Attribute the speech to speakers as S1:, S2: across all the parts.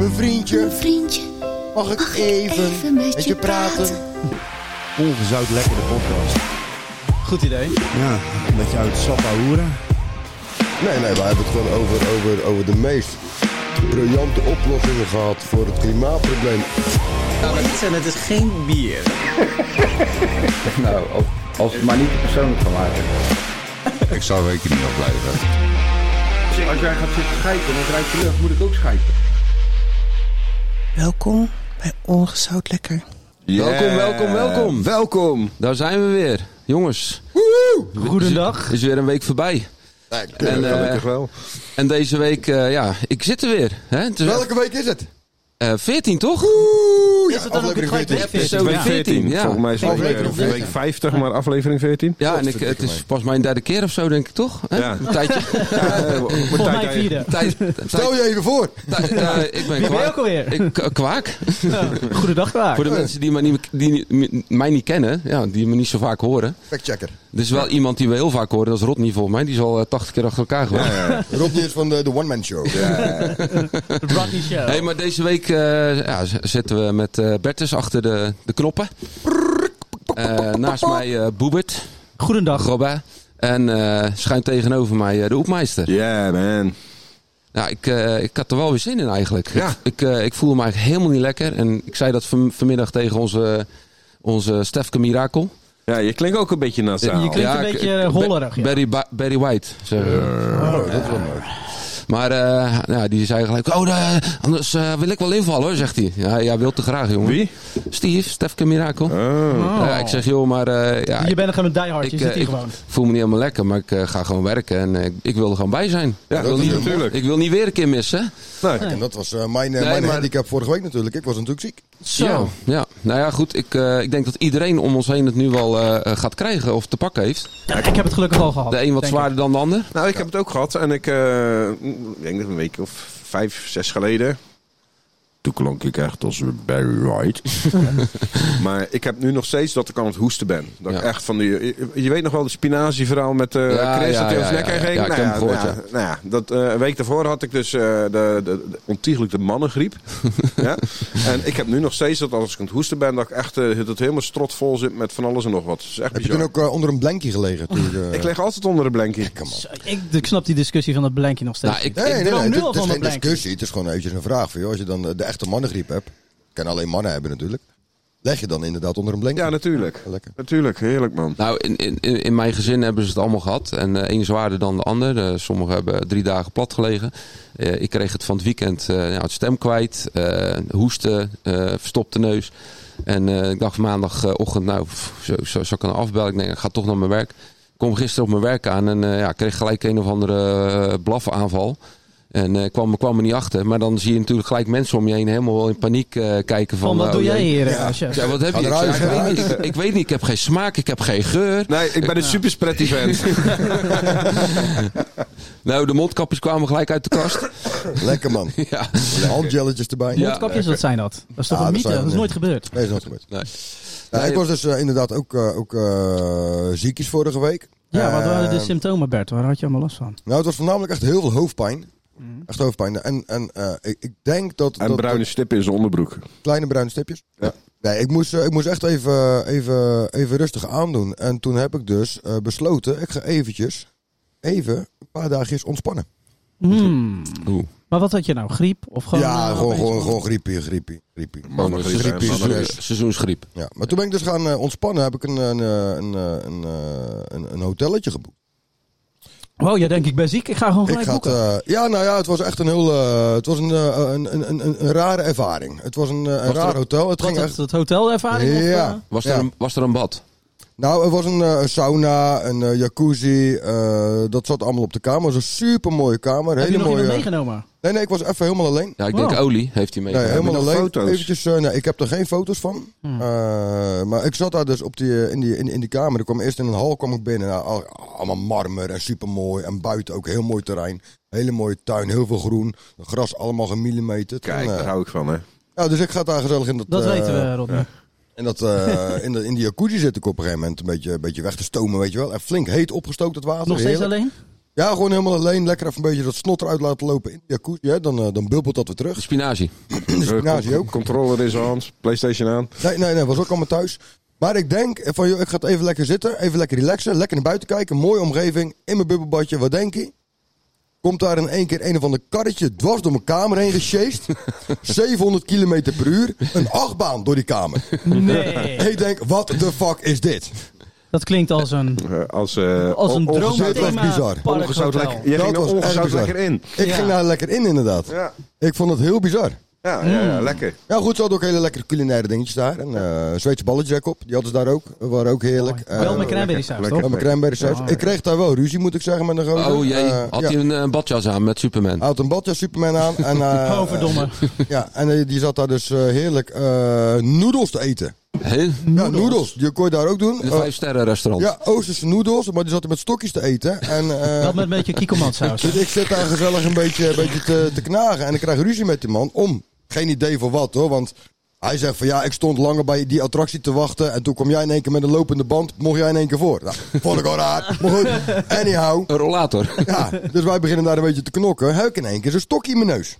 S1: Mijn vriendje,
S2: Mijn vriendje,
S1: mag ik,
S2: mag ik
S1: even, met, je praten? Ongezout lekker de podcast.
S3: Goed idee.
S1: Ja, een beetje uit Sappahoera.
S4: Nee, nee, we hebben het gewoon over, over, over de meest briljante oplossingen gehad voor het klimaatprobleem.
S3: En Nou, het is geen bier.
S5: Nou, als, als het maar niet te persoonlijk van maken.
S4: Ik zou rekening afblijven.
S5: Als jij gaat zitten schijpen en het ruikt je lucht, moet ik ook schijpen.
S6: Welkom bij Ongezout Lekker.
S1: Welkom, welkom, welkom.
S4: Welkom.
S7: Daar zijn we weer, jongens.
S3: Goedendag.
S7: Het is weer een week voorbij.
S4: En,
S7: eh,
S4: gelukkig wel.
S7: En deze week, eh, ja, ik zit er weer. Hè? Het is,
S4: Welke week is het?
S7: eh, 14, toch?
S4: Oeh,
S3: Is het dan ook niet gelijk de
S7: Episode
S3: Ja.
S7: 14,
S8: Volgens
S7: ja.
S8: mij is het
S4: Aflevering
S8: week,
S4: 14.
S8: week 50, maar aflevering 14.
S7: Ja, en ik, het is pas mijn derde keer of zo, denk ik, toch? Hè?
S8: Ja.
S7: Een tijdje.
S8: Eh,
S3: Volgens mij vierde.
S7: Tijd,
S4: Stel
S7: tijd,
S4: je even voor.
S7: tijd- eh, ik ben
S3: Wie ben je
S7: kwaak.
S3: ook alweer?
S7: Ik, eh, kwaak.
S3: Goedendag, Klaar.
S7: Voor de mensen die mij niet, die niet- mij niet kennen, ja, die me niet zo vaak horen.
S4: Factchecker.
S7: Er is wel iemand die we heel vaak horen, dat is Rodney volgens mij. Die is al eh, 80 keer achter elkaar geweest.
S4: Rodney is van de, de One Man Show.
S3: De Rodney Show.
S7: Hey, maar deze week eh, ja, z- zitten we met eh Bertus achter de, de knoppen. Eh, naast mij eh, Boebert,
S3: Goedendag.
S7: Robba. En eh, schuin tegenover mij eh, de Oepmeister.
S8: Yeah, man.
S7: Nou, ik, eh, ik had er wel weer zin in eigenlijk.
S8: Ja.
S7: Ik, ik, eh, ik voelde me eigenlijk helemaal niet lekker. En ik zei dat van, vanmiddag tegen onze, onze Stefke Mirakel.
S8: Ja, je klinkt ook een beetje nasaal.
S3: Je klinkt een
S7: ik-
S3: beetje
S7: ik-
S3: hollerig, ja. Oh,
S7: Barry, Ba- Barry White. zeggen we. Maar eh, ja, die zei gelijk, oh, eh, anders eh, wil ik wel invallen hoor, zegt hij. Ja, jij wilt te graag, jongen.
S8: Wie? Oh.
S7: Steve, Stefke Mirakel. Ja, ik zeg, joh, maar eh, ja,
S3: Oh. Je
S7: ik,
S3: bent er gewoon die hard. Je
S7: ik,
S3: zit
S7: eh,
S3: hier
S7: ik
S3: gewoon.
S7: voel me niet helemaal lekker, maar ik eh, ga gewoon werken. En eh, ik- ik wil er gewoon bij zijn. ik, wil niet,
S8: natuurlijk.
S7: ik wil niet weer een keer missen.
S3: nou,
S4: En dat was eh, mijn, eh,
S7: Nee,
S4: mijn
S7: maar-
S4: handicap vorige week natuurlijk. Ik was natuurlijk ziek.
S3: Zo.
S7: Ja, ja. nou ja, goed. Ik, eh, ik denk dat iedereen om ons heen het nu wel eh, eh, gaat krijgen of te pakken heeft.
S3: Ja, ik heb het gelukkig al gehad.
S7: De een wat
S3: denk ik.
S7: zwaarder dan de ander.
S8: Nou, ik heb het ook gehad en ik eh, ik denk dat een week of vijf, zes geleden. Toen klonk ik echt als Barry White. maar ik heb nu nog steeds dat ik aan het hoesten ben. Dat ik
S7: Ja.
S8: echt van die, je, je weet nog wel het spinazie-verhaal met eh
S7: Ja,
S8: Chris
S7: ja,
S8: dat hij
S7: ja,
S8: ons nek
S7: ja,
S8: heen
S7: ja.
S8: ging?
S7: Ja, ik
S8: nou,
S7: heb hem gehoord,
S8: nou, nou ja, dat, eh, een week daarvoor had ik dus eh, de, de, de, ontiegelijk de mannengriep. ja? En ik heb nu nog steeds dat als ik aan het hoesten ben, dat ik echt eh, dat het helemaal strotvol zit met van alles en nog wat. Dat is echt
S4: Heb je
S8: bizar.
S4: toen ook eh, onder een blankje gelegen? Toen, ik, eh,
S8: Ik leg altijd onder de blankie.
S3: Zo, Ik, ik snap die discussie van dat blankje nog steeds.
S7: Nou, ik,
S4: Nee, nee,
S7: ik-
S4: nee.
S3: droom
S4: Het,
S3: nu al
S4: het is
S3: van
S4: geen
S3: een blankje.
S4: discussie. Het is gewoon eventjes een vraag voor je. Als je dan eh, de echte mannengriep hebt, kan alleen mannen hebben natuurlijk. Leg je dan inderdaad onder een blankje?
S8: Ja, natuurlijk.
S4: Lekker.
S8: Natuurlijk, heerlijk man.
S7: nou in, in, in in mijn gezin hebben ze het allemaal gehad. En eh een zwaarder dan de ander. Eh, sommigen hebben drie dagen plat gelegen. Eh, ik kreeg het van het weekend eh, nou, het stem kwijt. eh, hoesten, eh, verstopte neus. En eh, ik dacht maandagochtend, nou, pff, zo, zo, zo kan ik afbellen. Ik denk, ik ga toch naar mijn werk. Ik kom gisteren op mijn werk aan en eh, ja, ik kreeg gelijk een of andere eh, blafaanval. En eh kwam, kwam er niet achter. Maar dan zie je natuurlijk gelijk mensen om je heen helemaal in paniek eh, kijken. Van,
S3: Van wat
S7: oh
S3: doe jij
S7: jee.
S3: hier? eh, chef?
S7: Ik zei, wat heb je? Ik,
S4: eruit,
S7: zei,
S4: ga
S7: ik, weet niet, ik, ik weet niet, ik heb geen smaak, ik heb geen geur.
S8: Nee, ik ben een super spretty vent.
S7: Nou, de mondkapjes kwamen gelijk uit de kast.
S4: Lekker man.
S7: ja.
S4: Handjelletjes erbij.
S7: Ja.
S3: Mondkapjes, wat zijn dat? Dat is toch
S4: Ja,
S3: een
S4: dat
S3: mythe?
S4: zijn-
S3: Dat is nooit gebeurd.
S4: Nee, is nooit gebeurd.
S7: Nee.
S4: Nou,
S7: Nee.
S4: ik was dus eh, inderdaad ook, eh, ook eh, ziekjes vorige week.
S3: Ja, wat waren de
S7: Ehm.
S4: Eh,
S3: symptomen, Bert? Waar had je allemaal last van?
S4: Nou, het was voornamelijk echt heel veel hoofdpijn.
S3: Mhm.
S4: Echt hoofdpijn. En, en eh, ik, ik denk dat...
S8: En
S4: dat-
S8: bruine stippen in zijn onderbroek.
S4: Kleine bruine stipjes.
S8: Ja.
S4: Nee, ik moest, eh, ik moest echt even, even, even rustig aandoen. En toen heb ik dus eh, besloten, ik ga eventjes, even een paar dagjes ontspannen.
S3: Hmm.
S7: Oeh.
S3: Maar wat had je nou? Griep? Of gewoon,
S4: ja,
S3: eh,
S4: gewoon,
S3: opeens-
S4: gewoon, gewoon griepie, griepie, griepie.
S8: Mannengriep,
S4: griep
S8: hè,
S4: is
S7: Seizoen-
S4: mannengriep.
S8: mannengriep.
S7: Seizoensgriep.
S4: Ja, maar toen ben ik dus gaan eh, ontspannen, heb ik een, een, eh, een, eh, een, eh, een, een hotelletje geboekt.
S3: Wow, Oh, jij denkt ik ben ziek, ik ga gewoon
S4: Ik
S3: gelijk
S4: had,
S3: boeken.
S4: eh, ja, nou ja, het was echt een heel, eh, het was een, eh, een, een, een, een rare ervaring. Het was een, eh, een
S3: Was
S4: raar
S3: dat-
S4: hotel. Het
S3: Was
S4: ging
S3: dat
S4: echt,
S3: het hotelervaring? of,
S4: Ja.
S3: eh?
S7: Was, er
S4: Ja.
S7: een, was er een bad?
S4: nou, er was een, eh, een sauna, een eh, jacuzzi, eh, dat zat allemaal op de kamer. Het was een super mooie kamer,
S3: Heb je
S4: hele
S3: nog
S4: mooie.
S3: iemand meegenomen?
S4: Nee, nee, ik was even helemaal alleen.
S7: Ja, ik
S3: Wow.
S7: denk olie heeft hij mee.
S4: Oh. Nee, helemaal
S8: nog
S4: alleen.
S8: foto's?
S4: Eventjes, eh, nee, ik heb er geen foto's van.
S3: Hmm.
S4: Eh, maar ik zat daar dus op die, eh, in, die, in, in die kamer. Ik kwam eerst in een hal kwam ik binnen. Nou, al- allemaal marmer en supermooi. En buiten ook heel mooi terrein. Hele mooie tuin, heel veel groen. Gras allemaal gemillimeterd.
S8: Kijk,
S4: En, eh,
S8: daar hou ik van, hè.
S4: Ja, dus ik ga daar gezellig in dat...
S3: Dat
S4: eh,
S3: weten we, Rodney.
S4: In, dat, eh, in, de, in die jacuzzi zit ik op een gegeven moment een beetje, een beetje weg te stomen, weet je wel. En flink heet opgestookt het water.
S3: Nog steeds
S4: heerlijk.
S3: alleen?
S4: Ja, gewoon helemaal alleen. Lekker even een beetje dat snot eruit laten lopen in de jacuzzi. Hè? Dan, eh, dan bubbelt dat weer
S7: De
S4: terug. Dus
S7: spinazie.
S4: De spinazie ook.
S8: Controller in zijn hand, Playstation aan.
S4: Nee, nee, nee. Was ook allemaal thuis. Maar ik denk eh, van, joh, ik ga het even lekker zitten. Even lekker relaxen. Lekker naar buiten kijken. Mooie omgeving. In mijn bubbelbadje. Wat denk je? Komt daar in één keer een of ander karretje dwars door mijn kamer heen gesjeest. 700 km per uur. Een achtbaan door die kamer.
S3: Nee.
S4: Ik denk, wat de fuck is dit?
S3: Dat klinkt als een,
S8: Eh, als, eh,
S3: als een
S8: on- ongezout-
S3: droomthema
S4: bizar.
S3: parkhotel.
S8: ongezout lekker. Je
S4: Dat
S8: ging er
S4: was echt
S8: ongezout
S4: bizar.
S8: lekker in.
S4: Ik
S3: Ja.
S4: ging daar lekker in inderdaad.
S8: Ja,
S4: Ik vond het heel bizar.
S8: ja, ja, ja, lekker.
S4: Ja, goed, ze hadden ook hele lekkere culinaire dingetjes daar. En eh Zweedse ballenjack op, die hadden ze daar ook. Waren ook heerlijk. Eh,
S3: Mooi. Wel met
S8: lekker,
S3: cranberry saus,
S8: lekker.
S4: ja,
S3: toch?
S4: met cranberry saus.
S3: Ja.
S4: Ik kreeg daar wel ruzie, moet ik zeggen, met een gozer.
S7: Oh jee,
S4: Eh,
S7: had
S4: ja. Ah.
S7: hij een eh, badjas aan met
S4: Hij
S7: Superman?
S4: had een badjas Superman aan. En, eh,
S3: Oh, verdomme.
S4: eh, ja, en eh, die zat daar dus eh, heerlijk eh, noedels te eten.
S7: Hè?
S4: Ja, noedels. Die kon je daar ook doen.
S7: Een
S4: Eh,
S7: vijf sterren restaurant.
S4: ja, Oosterse noedels, maar die zat er met stokjes te eten. En, eh,
S3: Dat met een beetje kikkelmansaus.
S4: Dus ik zit daar gezellig een beetje, een beetje te, te knagen. En ik krijg ruzie met die man om. Geen idee voor wat hoor. Want hij zegt van ja, ik stond langer bij die attractie te wachten. En toen kwam jij in één keer met een lopende band. Mocht jij in één keer voor. Nou, vond ik al raar. Maar goed, anyhow.
S7: Een rollator.
S4: Ja, dus wij beginnen daar een beetje te knokken. Heb ik in één keer zo'n stokje in mijn neus.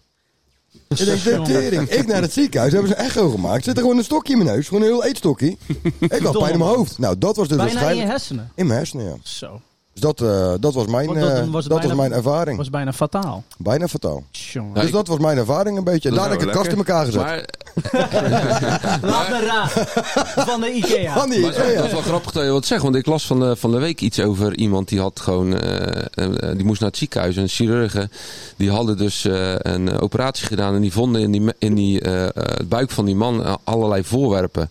S4: Ik denk, de tering. Ik naar het ziekenhuis, hebben ze een echo gemaakt. Zit er gewoon een stokje in mijn neus. Gewoon een heel eetstokje. Ik had pijn in mijn hoofd. Nou, dat was dus
S3: Bijna in je
S4: waarschijnlijk...
S3: hersenen.
S4: In mijn hersenen, ja.
S3: Zo.
S4: Dus dat, eh, dat was mijn,
S3: Want dat-
S4: eh,
S3: dan was
S4: dat
S3: het bijna-
S4: was mijn ervaring.
S3: was bijna fataal.
S4: Bijna fataal.
S3: Tjonge.
S7: Ja,
S4: dus
S7: ik-
S4: dat was mijn ervaring een beetje. Daar
S8: Nou,
S4: heb ik de kast in
S8: lekker.
S4: elkaar gezet.
S7: Maar,
S3: Laat me raden. Van de Ikea.
S4: Van die,
S7: maar
S4: ja, ja.
S7: dat is wel grappig dat je wat zegt. Want ik las van de, van de week iets over iemand die had gewoon... eh, eh, die moest naar het ziekenhuis. En chirurgen die hadden dus eh, een eh, operatie gedaan. En die vonden in die, me- in die eh, eh, het buik van die man eh, allerlei voorwerpen.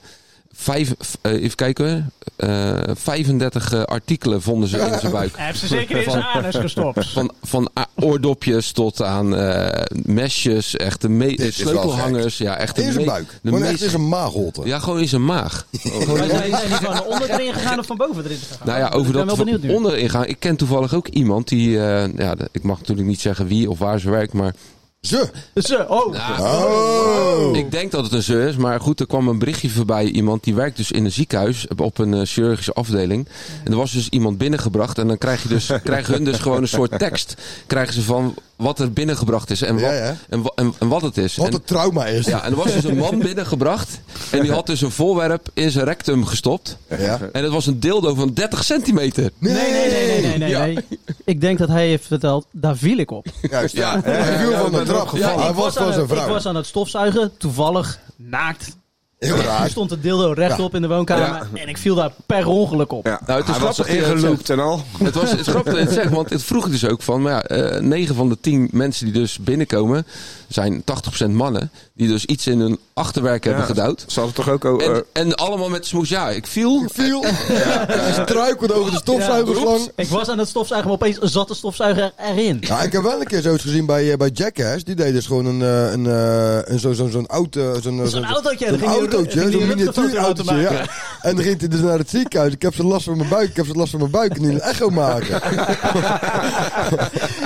S7: Vijf, eh, even kijken. eh 35 artikelen vonden ze in zijn buik.
S3: Hij heeft ze zeker in zijn anus gestopt.
S7: Van, van a- oordopjes tot aan eh, mesjes, echt de me-
S4: is wel
S7: sleutelhangers. Ja, echt de
S4: In zijn
S7: me-
S4: buik.
S7: De
S4: Gewoon
S7: meest-
S4: echt in zijn maagholte.
S7: ja, gewoon in zijn maag.
S3: Maar zijn zijn die van onderin gegaan of van boven erin gegaan?
S7: Nou ja, over
S3: ik ben
S7: dat
S3: wel benieuwd nu.
S7: onderin gaan. Ik ken toevallig ook iemand die, eh, ja, de- ik mag natuurlijk niet zeggen wie of waar ze werkt, maar
S4: Ze.
S3: Zo, oh.
S4: Oh.
S7: ik denk dat het een ze is. Maar goed, er kwam een berichtje voorbij. Iemand die werkt dus in een ziekenhuis op een eh, chirurgische afdeling. En er was dus iemand binnengebracht en dan krijg je dus, krijgen hun dus gewoon een soort tekst. Krijgen ze van wat er binnengebracht is en wat,
S4: Ja, ja.
S7: En, wa- en, en wat het is.
S4: Wat
S7: En-
S4: een trauma is.
S7: Ja, en er was dus een man binnengebracht. En die had dus een voorwerp in zijn rectum gestopt.
S4: Ja.
S7: En het was een dildo van 30 centimeter.
S3: Nee, nee, nee, nee, nee, nee,
S7: Ja.
S3: nee. Ik denk dat hij heeft verteld, daar viel ik op.
S4: Juist.
S7: Ja.
S4: Hij viel van de trap.
S7: Ja,
S4: Hij
S3: Ik
S4: was
S3: aan
S4: van zijn
S3: het- Ik
S4: vrouw.
S3: was aan het stofzuigen, toevallig, naakt.
S4: Heel
S3: Er
S4: raar.
S3: stond de dildo rechtop in de woonkamer en ik viel daar per ongeluk op.
S8: Ja.
S7: Nou, het is
S8: Hij was
S7: grappig dat je dat
S8: ingeloopt en al.
S7: Het was het is grappig dat je het zegt, want het vroeg ik dus ook van... Maar ja, eh, 9 van de 10 mensen die dus binnenkomen zijn 80% mannen. Die dus iets in hun achterwerk hebben
S8: Ja.
S7: gedouwd.
S8: Ze hadden toch ook... al, eh,
S7: En, en allemaal met smoes. Ja, ik viel.
S4: Ik viel. Hij struikelde over de stofzuigerslang.
S3: Ik was aan het stofzuigen, maar opeens zat de stofzuiger erin.
S4: Ja, Nou, ik heb wel een keer zoiets gezien bij, eh, bij Jackass. Die deed dus gewoon een, eh, een, eh, een, zo, zo, zo'n auto... Zo'n, eh,
S3: Zo'n
S4: Zo'n
S3: autootje, dan ging die- ging
S4: autootje,
S3: die
S4: zo'n
S3: een
S4: miniatuurautootje,
S3: autootje
S4: ja. En dan ging hij dus naar het ziekenhuis. Ik heb zo'n last van mijn buik, ik heb zo'n last van mijn buik. En nu een echo maken.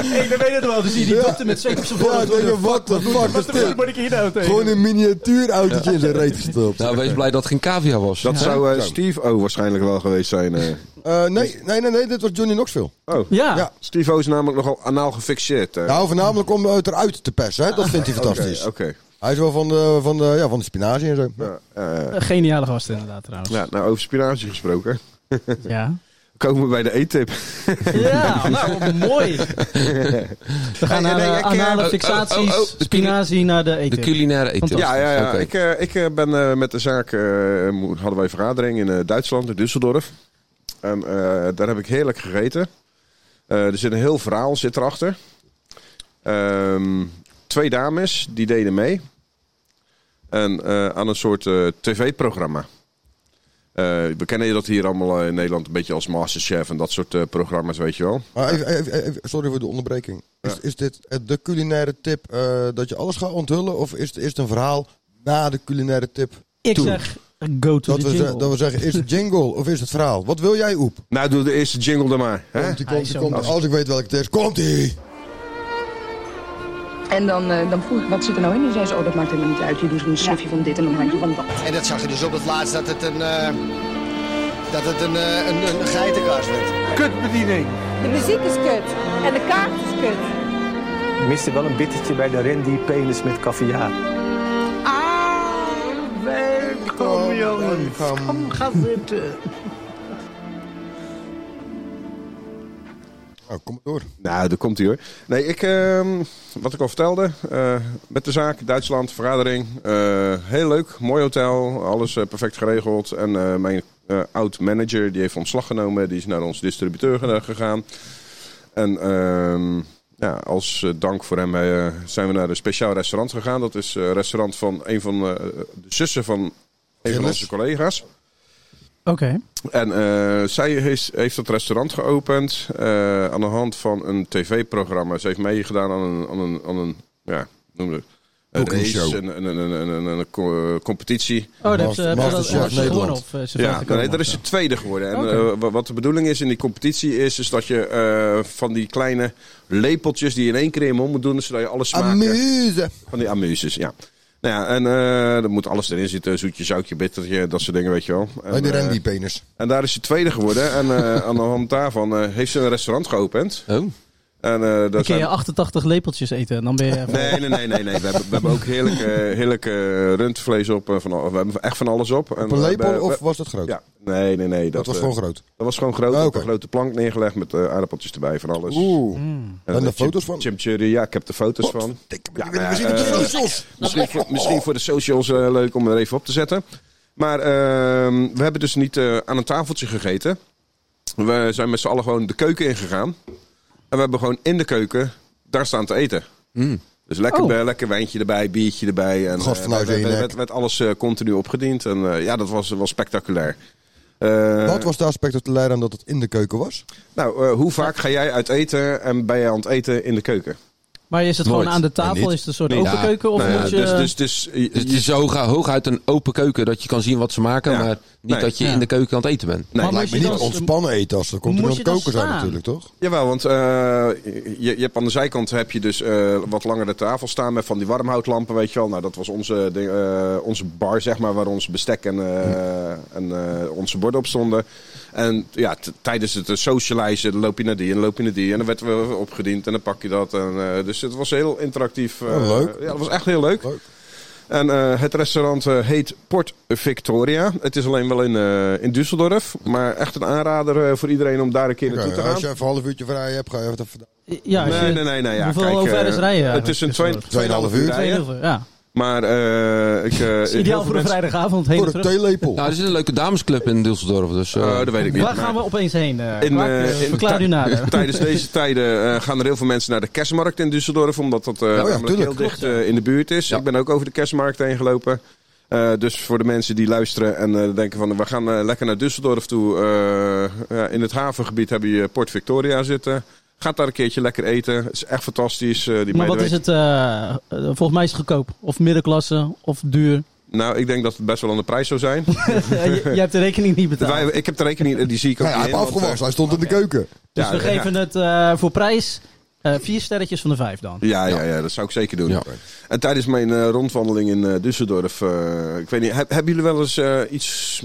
S3: Ik weet het wel, dus die, die
S4: Ja.
S3: dokter met zweet op zijn
S4: Ja,
S3: voorhoofd.
S4: ik denk, wat de fuck is
S3: Wat de fuck
S4: dit?
S3: moet ik hier nou tegen?
S4: Gewoon een miniatuur autootje in zijn reet gestopt.
S7: Nou, wees blij dat het geen cavia was.
S8: Dat zou eh, Steve O waarschijnlijk wel geweest zijn. eh.
S4: Eh, nee, nee, nee, nee, dit was Johnny Knoxville.
S8: Oh,
S3: Ja.
S4: Ja.
S8: Steve O is namelijk nogal anaal gefixeerd. eh.
S4: Nou, voornamelijk om het eruit te persen, hè? dat vindt hij
S8: Oké,
S4: fantastisch.
S8: Oké.
S4: Hij is wel van de, van de, ja, van de spinazie en zo.
S8: Nou, eh,
S3: Een Geniale gast inderdaad trouwens.
S8: ja, nou, over spinazie gesproken.
S3: Ja.
S8: Komen we bij de e-tip.
S3: Ja, nou, mooi. We gaan naar
S8: nee,
S3: eh,
S8: ik,
S7: oh,
S8: eh,
S3: anale
S7: oh,
S3: fixaties,
S7: oh, oh, de
S3: spinazie naar de
S7: De
S3: E eten.
S7: culinaire eten.
S8: Ja, ja, ja.
S7: Oké.
S8: Ik, eh, ik eh, ben eh, met de zaak. eh, mo- hadden wij een vergadering in eh, Duitsland, in Düsseldorf. En eh, daar heb ik heerlijk gegeten. Eh, er zit een heel verhaal zit erachter. Ehm, twee dames die deden mee. En, eh, aan een soort eh, tv-programma. Eh, we kennen dat hier allemaal eh, in Nederland een beetje als Masterchef en dat soort eh, programma's, weet je wel.
S4: Maar even, even, even- sorry voor de onderbreking. Is, is dit eh, de culinaire tip eh, dat je alles gaat onthullen? Of is, is het een verhaal na de culinaire tip?
S3: Ik
S4: Toen.
S3: zeg, go to
S4: Dat
S3: the
S4: we, ze-
S3: jingle.
S4: dat we zeggen, is het jingle of is het verhaal? Wat wil jij, Oep?
S8: Nou, doe de eerste jingle dan maar. Hè?
S4: Komt-ie,
S3: Hij
S4: komt-ie,
S3: is zo
S4: komt-ie. Als ik weet welke het is, komt-ie!
S2: En dan, eh, dan vroeg ik, wat zit er nou in? En zei ze, oh, dat maakt helemaal niet uit. Je doet een snufje van dit en een handje van dat.
S9: En dat zag je dus op het laatst dat het een, eh, dat het een, eh, een, een geitenkaas werd.
S10: Kutbediening.
S9: De muziek is kut. En de kaart is kut.
S10: Ik miste wel een bittertje bij de Randy Penis met caviar.
S11: Ah, welkom jongens. Kom, ga zitten.
S4: Oh, kom maar door.
S8: Nou, daar komt hij hoor. Nee, ik, ehm, wat ik al vertelde, eh, met de zaak, Duitsland, vergadering. eh, heel leuk, mooi hotel, alles eh, perfect geregeld. En eh, mijn eh, oud-manager, die heeft ontslag genomen, die is naar ons distributeur ge- gegaan. En ehm, ja, als eh, dank voor hem eh, zijn we naar een speciaal restaurant gegaan. Dat is eh, een restaurant van een van eh, de zussen van een van
S4: Gilles.
S8: onze collega's.
S3: Oké. Oh,
S8: En eh, zij is, heeft het restaurant geopend eh, aan de hand van een tv-programma. Ze heeft meegedaan aan een, aan een, aan een ja, noem het. Een
S4: Ook een show.
S8: race, een, een, een, een, een, een, een co- eh, competitie.
S3: Oh, dat hebben ze, hebben ze dat-
S4: Masterchef
S3: hebben ze gewonnen
S4: Nederland.
S3: of eh, ze
S8: Ja,
S3: verder komen
S8: nee, daar
S3: of
S8: is
S3: zo?
S8: ze tweede geworden. En
S3: Oké.
S8: eh, wa- wat de bedoeling is in die competitie is, is dat je eh, van die kleine lepeltjes die je in één keer in je mond moet doen, zodat je alles smaakt.
S4: Amuse.
S8: Van die amuses, ja. Nou ja, en eh er moet alles erin zitten. Zoetje, zoutje, bittertje, dat soort dingen, weet je wel.
S4: Bij
S8: En,
S4: de
S8: eh,
S4: Randy penis.
S8: en daar is ze tweede geworden. En eh, aan de hand daarvan eh, heeft ze een restaurant geopend.
S7: Oh.
S8: En, eh, daar
S3: Dan kun
S8: zijn-
S3: je 88 lepeltjes eten en dan ben je... even-
S8: Nee, nee, nee, nee, nee. We, hebben, we hebben ook heerlijk, eh, heerlijk eh, rundvlees op. eh, van, al- we hebben echt van alles op. En eh,
S4: Op
S8: we
S4: een lepel
S8: hebben-
S4: of
S8: we-
S4: was dat groot?
S8: ja, nee, nee, nee.
S4: Dat was
S8: eh,
S4: gewoon groot.
S8: dat was gewoon groot.
S4: Ah,
S8: Op
S4: oké.
S8: een grote plank neergelegd met eh, aardappeltjes erbij van alles.
S4: Oeh.
S3: Mm.
S8: En,
S4: En
S8: eh,
S4: de
S8: chim-
S4: foto's van?
S8: Chimichurri, ja, ik heb de foto's van. Ja, nou ja,
S4: We zien het op
S8: eh,
S4: de socials.
S8: Misschien voor, misschien voor de socials eh, leuk om er even op te zetten. Maar ehm, we hebben dus niet eh, aan een tafeltje gegeten. We zijn met z'n allen gewoon de keuken ingegaan. En we hebben gewoon in de keuken daar staan te eten.
S7: Mm.
S8: Dus lekker,
S3: Oh.
S8: bij, lekker wijntje erbij, biertje erbij. En,
S4: Gast
S8: eh,
S4: vanuit
S8: werd,
S4: je
S8: werd,
S4: nek.
S8: werd- werd alles eh, continu opgediend. En eh, ja, dat was, was spectaculair. Eh,
S4: Wat was daar spectaculair aan dat het in de keuken was?
S8: Nou, eh, hoe vaak ga jij uit eten en ben je aan het eten in de keuken?
S3: Maar is het
S7: Nooit.
S3: gewoon aan de tafel?
S4: Nee, niet.
S3: Is het een soort
S7: Nee,
S3: open
S7: ja.
S3: keuken? Of
S8: Nou ja,
S3: moet je...
S8: dus, dus, dus, je-
S7: Dus het is zo ga- hooguit een open keuken dat je kan zien wat ze maken,
S8: Ja.
S7: maar niet
S8: Nee.
S7: dat je
S3: Ja.
S7: in de keuken aan het eten bent.
S3: Maar
S8: nee,
S4: Lijkt me
S3: moet je
S4: niet
S3: dan-
S4: ontspannen eten als er komt er aan
S3: Moet je
S4: het
S3: dan
S4: koken zijn
S3: staan?
S4: natuurlijk, toch?
S8: Jawel, want eh, je, je hebt aan de zijkant heb je dus eh, wat langere tafel staan met van die warmhoutlampen, weet je wel. Nou, dat was onze, ding- eh, onze bar, zeg maar, waar ons bestek en, eh, en eh, onze borden op stonden. En ja, t- tijdens het eh, socializen dan loop je naar die en dan loop je naar die. En dan werd we opgediend en dan pak je dat. En, eh, dus het was heel interactief. eh,
S4: Oh, leuk.
S8: Ja, dat was echt heel leuk.
S4: Leuk.
S8: En eh, het restaurant eh, heet Port Victoria. Het is alleen wel in, eh, in Düsseldorf. Maar echt een aanrader eh, voor iedereen om daar een keer naartoe
S4: Oké,
S8: te gaan.
S4: Als je even een half uurtje vrij hebt, ga je even dat verda-
S3: Ja, als je-
S8: Nee, nee, nee. nee ja,
S3: hoeveel
S8: kijk,
S3: hoe ver is
S8: eh,
S3: rijden
S8: Het is een
S3: eigenlijk?
S8: twee-
S3: Is het
S8: tweeënhalf uur
S4: Tweeënhalf
S3: Twee
S8: rijden.
S3: heel veel, ja.
S8: Maar eh ik... eh, heel
S3: is
S8: veel
S3: ideaal voor een
S8: mensen-
S3: vrijdagavond heen en
S4: Voor een
S3: terug.
S4: theelepel.
S7: Nou, er zit een leuke damesclub in Düsseldorf, dus... eh,
S8: Eh, dat weet ik niet.
S3: Waar
S8: maar
S3: gaan we opeens heen? eh,
S8: in,
S3: Mark?
S8: eh,
S3: Eh,
S8: in
S3: Verklaar
S8: tij-
S3: u nader.
S8: Tijdens deze tijden eh, gaan er heel veel mensen naar de kerstmarkt in Düsseldorf. Omdat dat eh,
S3: Oh
S8: namelijk
S4: tuurlijk.
S8: heel dicht eh, in de buurt is.
S7: Ja.
S8: Ik ben ook over de kerstmarkt heen gelopen. Eh, dus voor de mensen die luisteren en eh, denken van we gaan eh, lekker naar Düsseldorf toe. eh, ja, in het havengebied heb je eh, Port Victoria zitten. Gaat daar een keertje lekker eten. Het is echt fantastisch. eh, die
S3: Maar wat
S8: medewerker-
S3: is het? eh, eh, volgens mij is het goedkoop. Of middenklasse, of duur. Eh,
S8: Nou, ik denk dat het best wel aan de prijs zou zijn.
S3: je, je hebt de rekening niet betaald.
S8: Wij- ik heb de rekening, eh, die zie ik ook
S4: Ja, hij
S8: niet
S4: heeft
S8: in, want,
S4: afgewassen, hij stond
S7: eh,
S4: in de keuken.
S3: dus
S8: ja,
S3: we
S8: ja.
S3: geven het eh, voor prijs eh, vier sterretjes van de vijf dan.
S8: eh, ja, ja, ja, dat zou ik zeker doen.
S7: Ja.
S8: En tijdens mijn eh, rondwandeling in eh, Düsseldorf, eh, ik weet niet, heb- hebben jullie wel eens eh, iets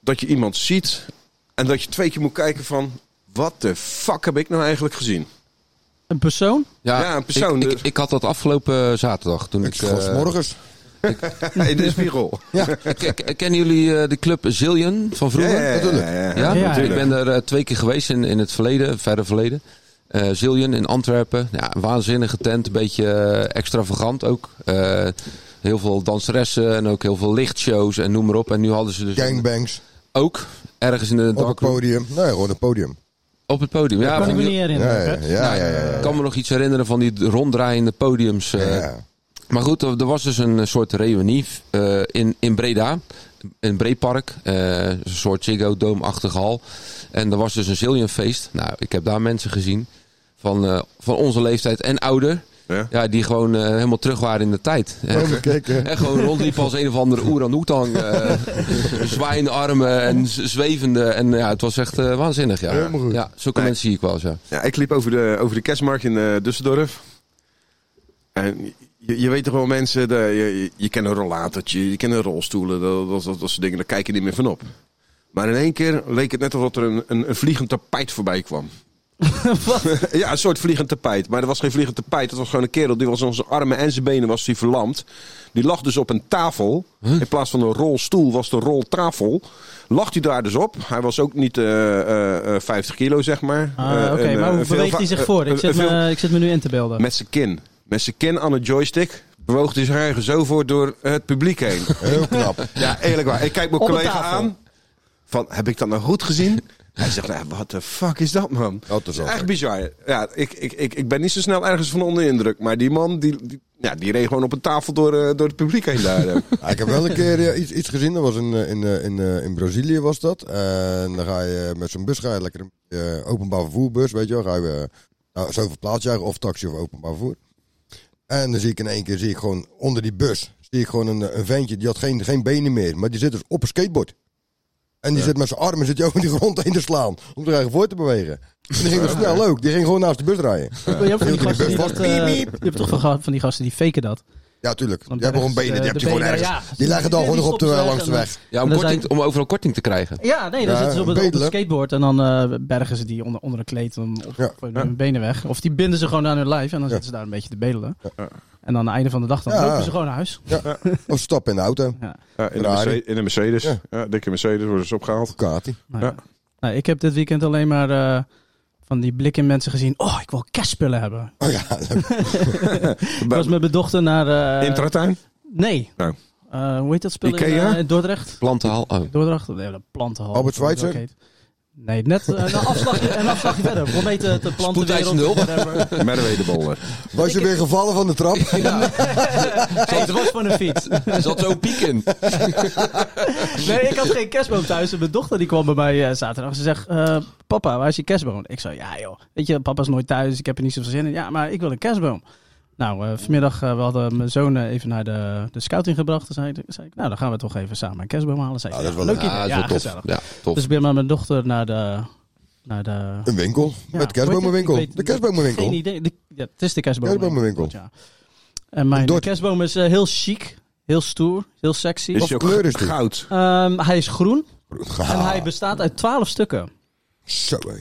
S8: dat je iemand ziet en dat je twee keer moet kijken van, wat de fuck heb ik nou eigenlijk gezien?
S3: Een persoon?
S8: Ja, een persoon,
S7: Ik,
S8: dus.
S7: ik, ik had dat afgelopen eh, zaterdag. Toen
S4: Ik
S7: ik,
S4: schoot 's
S7: eh,
S4: morgens.
S8: in de spiegel.
S7: ik- ik- ik- Kennen jullie eh, de club Zillion van vroeger?
S8: natuurlijk. Ja, ja,
S7: Ja,
S8: ja.
S3: natuurlijk.
S7: ik ben er eh, twee keer geweest in, in het verleden, verre verleden. Eh Zillion in Antwerpen. Ja, een waanzinnige tent, een beetje eh, extravagant ook. Eh, heel veel danseressen en ook heel veel lichtshows en noem maar op. En nu hadden ze dus
S4: Gangbangs.
S7: ook ergens in de
S4: Op het
S7: darkroom-
S4: podium. Nee, gewoon een podium.
S7: op het podium. Ja,
S3: kan ik
S7: van
S3: me
S7: die-
S3: niet herinneren.
S4: Ja, ja,
S3: Pep.
S4: ja. ja, ja,
S7: ik kan me nog iets herinneren van die ronddraaiende podiums. eh.
S4: ja.
S7: Maar goed, er er was dus een soort reunie eh, in, in Breda. In Breepark. eh, een soort Ziggo Dome-achtige hal. En er was dus een zillionfeest. Nou, ik heb daar mensen gezien. Van, eh, van onze leeftijd en ouder.
S8: Ja.
S7: Ja, die gewoon eh, helemaal terug waren in de tijd. En,
S4: Even kijken.
S7: en gewoon rondliepen als een of andere Oeranoetang. eh zwijnarmen en z- zwevende. En ja, het was echt eh, waanzinnig. Ja,
S4: Helemaal goed.
S7: ja zulke
S8: Nee.
S7: mensen zie ik wel zo.
S8: Ja, ik liep over de, over de kerstmarkt in eh, Düsseldorf. En je, je weet toch wel mensen, de, je, je, je kent een rollatertje, je kent een rolstoelen, dat, dat, dat, dat soort dingen, daar kijk je niet meer van op. Maar in één keer leek het net alsof er een, een, een vliegend tapijt voorbij kwam. ja, een soort vliegend tapijt. Maar er was geen vliegend tapijt. Dat was gewoon een kerel. Die was aan zijn armen en zijn benen was die verlamd. Die lag dus op een tafel. In plaats van een rolstoel was de roltafel. Lag hij daar dus op. Hij was ook niet eh, eh, eh, 50 kilo, zeg maar.
S3: Ah,
S8: Eh,
S3: Oké,
S8: een, eh,
S3: maar hoe
S8: een
S3: beweegt
S8: veel-
S3: hij zich
S8: eh,
S3: voor?
S8: een-
S3: Ik zit,
S8: een veel-
S3: me, ik zit me nu in te beelden.
S8: Met zijn kin. Met zijn kin aan de joystick bewoog hij zich eigen zo voor door eh, het publiek heen.
S4: Heel knap.
S8: Ja, eerlijk waar. Ik kijk mijn
S4: Op een
S8: collega
S4: tafel.
S8: aan. Van, heb ik dat nou goed gezien? Hij zegt, wat de fuck is dat, man?
S4: Dat is
S8: Echt bizar. Ja, ik, ik, ik, ik ben niet zo snel ergens van onder de indruk. Maar die man, die, die, ja, die reed gewoon op een tafel door, eh, door het publiek heen daar. eh.
S4: Ja, ik heb wel een keer eh, iets, iets gezien. Dat was in, eh, in, eh, in, eh, in Brazilië was dat. En dan ga je eh, met zo'n bus ga je lekker een eh, openbaar vervoerbus, weet je wel. Ga je eh, nou, zoveel plaats jagen of taxi of openbaar vervoer. En dan zie ik in één keer zie ik gewoon onder die bus zie ik gewoon een, eh, een ventje die had geen, geen benen meer, maar die zit dus op een skateboard. En die zit met zijn armen zit die over die grond heen te slaan om er eigen voor te bewegen. En die ging dus snel ook. Die ging gewoon naast de bus rijden.
S3: Je hebt, van die
S4: Hield die
S3: gasten die
S4: bus
S3: dat,
S4: vast.
S3: eh,
S4: Piep,
S3: je
S4: piep.
S3: hebt toch van, ga- van die gasten die faken dat?
S4: Ja, tuurlijk.
S3: Want
S4: Die hebben gewoon
S3: ergens,
S4: benen. Die
S3: eh,
S4: heb je
S3: de
S4: gewoon
S3: benen,
S4: ergens.
S3: ja.
S4: Die leggen dan
S3: Die
S4: gewoon nog op de, eh,
S3: stoppen
S4: langs
S3: ze
S4: de
S3: ergens
S4: weg.
S7: Ja,
S3: En
S7: om,
S3: dan
S7: korting, om overal korting te krijgen.
S3: Ja, nee, dan
S4: Ja,
S3: zitten ze op, het- op het
S4: bedelen.
S3: skateboard en dan eh bergen ze die onder, onder een kleed en op,
S4: Ja.
S3: gooien hun benen weg. Of die binden ze gewoon aan hun lijf en dan zitten ze daar een beetje te bedelen. En dan aan het einde van de dag dan
S4: Ja.
S3: lopen ze gewoon naar huis.
S4: Of stap in de auto.
S3: Ja.
S8: Ja, in, de
S4: Ferrari.
S8: Mercedes, in de Mercedes.
S4: Ja.
S8: Ja. dikke Mercedes worden ze opgehaald.
S4: Ducati.
S3: Nou, ja. Nou, ik heb dit weekend alleen maar eh, van die blikken mensen gezien. Oh, ik wil kerstspullen hebben.
S4: Oh ja,
S3: Ik was met mijn dochter naar... eh,
S8: Intratuin?
S3: Nee.
S8: Oh.
S4: Nou.
S3: Eh, hoe heet dat spul in,
S8: Ikea?
S3: eh, in Dordrecht?
S7: Plantenhal. Oh.
S3: Dordrecht? Nee, de plantenhal.
S4: Albert
S3: Hoe dat
S4: Schweitzer?
S3: ook heet. Nee, net eh, een, afslagje, een afslagje verder. We meten de plantenwereld.
S7: Spoedeisende hulp.
S3: whatever.
S8: Merwede bollen.
S4: Was je weer gevallen van de trap?
S3: Hey, het was van een fiets.
S7: Er zat zo piek in.
S3: Nee, ik had geen kerstboom thuis. En mijn dochter die kwam bij mij eh, zaterdag. Ze zegt, eh, papa, waar is je kerstboom? Ik zei, ja joh, weet je, papa is nooit thuis. Ik heb er niet zoveel zin in. Ja, maar ik wil een kerstboom. Nou, eh, vanmiddag, eh, we hadden mijn zoon eh, even naar de, de scouting gebracht. Toen zei, zei ik, nou, dan gaan we toch even samen een kerstboom halen. Zei,
S4: Ja,
S3: ze,
S4: dat is wel
S3: leuk
S4: leuk.
S3: idee.
S7: Ja,
S3: Ja,
S7: dat is wel
S3: gezellig.
S7: tof. Ja, tof.
S3: Dus ik ben met mijn dochter naar de... Naar de
S4: Een winkel.
S3: ja,
S4: Met
S3: hoe
S4: kerstbomenwinkel.
S3: heet het? Ik
S4: De
S3: weet-
S4: kerstbomenwinkel.
S3: Geen idee. De- ja, het is de kerstbomenwinkel.
S4: Kerstbomenwinkel.
S3: Ja. En mijn
S4: Dort-
S3: kerstboom is eh, heel chic, heel stoer, heel sexy.
S8: Is die ook
S4: kleur is die?
S8: goud?
S3: Ehm, hij is groen en
S4: Ah,
S3: hij bestaat uit 12 stukken.
S4: Zo hé.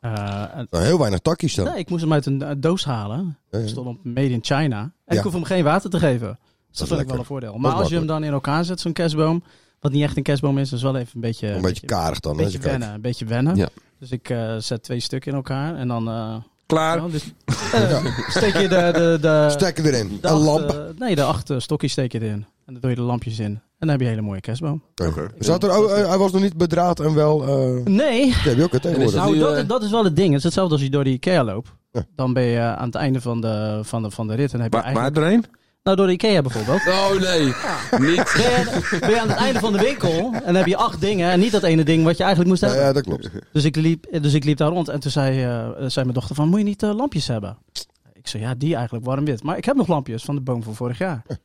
S3: Eh, en-
S4: Nou, heel weinig takjes dan.
S3: nee, ik moest hem uit een eh, doos halen.
S4: Ja, ja.
S3: Er stond op Made in China. En
S4: Ja.
S3: ik hoef hem geen water te geven. Dus
S4: is
S3: dat vind ik
S4: lekker.
S3: wel een voordeel.
S4: is
S3: Maar als je hem dan in elkaar zet, zo'n kerstboom, wat niet echt een kerstboom is, is wel even een beetje...
S4: een beetje karig dan.
S3: een
S4: hè,
S3: beetje
S4: als je kijkt.
S3: wennen, een beetje wennen.
S7: Ja.
S3: Dus ik eh, zet twee stukken in elkaar en dan... eh,
S8: Klaar.
S3: ja, dus, eh, steek je de, de, de,
S4: Stek hem erin.
S3: de
S4: Een
S3: achter-
S4: lamp.
S3: eh, nee, de achter stokjes steek je erin. En dan doe je de lampjes in. En dan heb je een hele mooie kerstboom.
S4: Oké. Zat er, oh, eh, hij was nog niet bedraad en wel... eh
S3: Nee,
S4: die heb je ook hè, tegenwoordig.
S3: nou,
S7: nu,
S3: dat,
S7: eh,
S3: dat is wel het ding. Het is hetzelfde als je door die IKEA loopt.
S4: Ja.
S3: Dan ben je eh, aan het einde van de, van de, van de rit. En heb je
S8: Waar,
S3: eigenlijk...
S8: waar doorheen?
S3: Nou, door de IKEA bijvoorbeeld.
S7: Oh nee, niet.
S3: Ben je, ben je aan het einde van de winkel en heb je acht dingen en niet dat ene ding wat je eigenlijk moest
S4: Ja,
S3: hebben.
S4: ja, dat klopt.
S3: Dus, ik liep, dus ik liep daar rond en toen zei, eh, zei mijn dochter van, moet je niet eh, lampjes hebben? Ik zei, ja, die eigenlijk, warm wit. Maar ik heb nog lampjes van de boom van vorig jaar. Nou,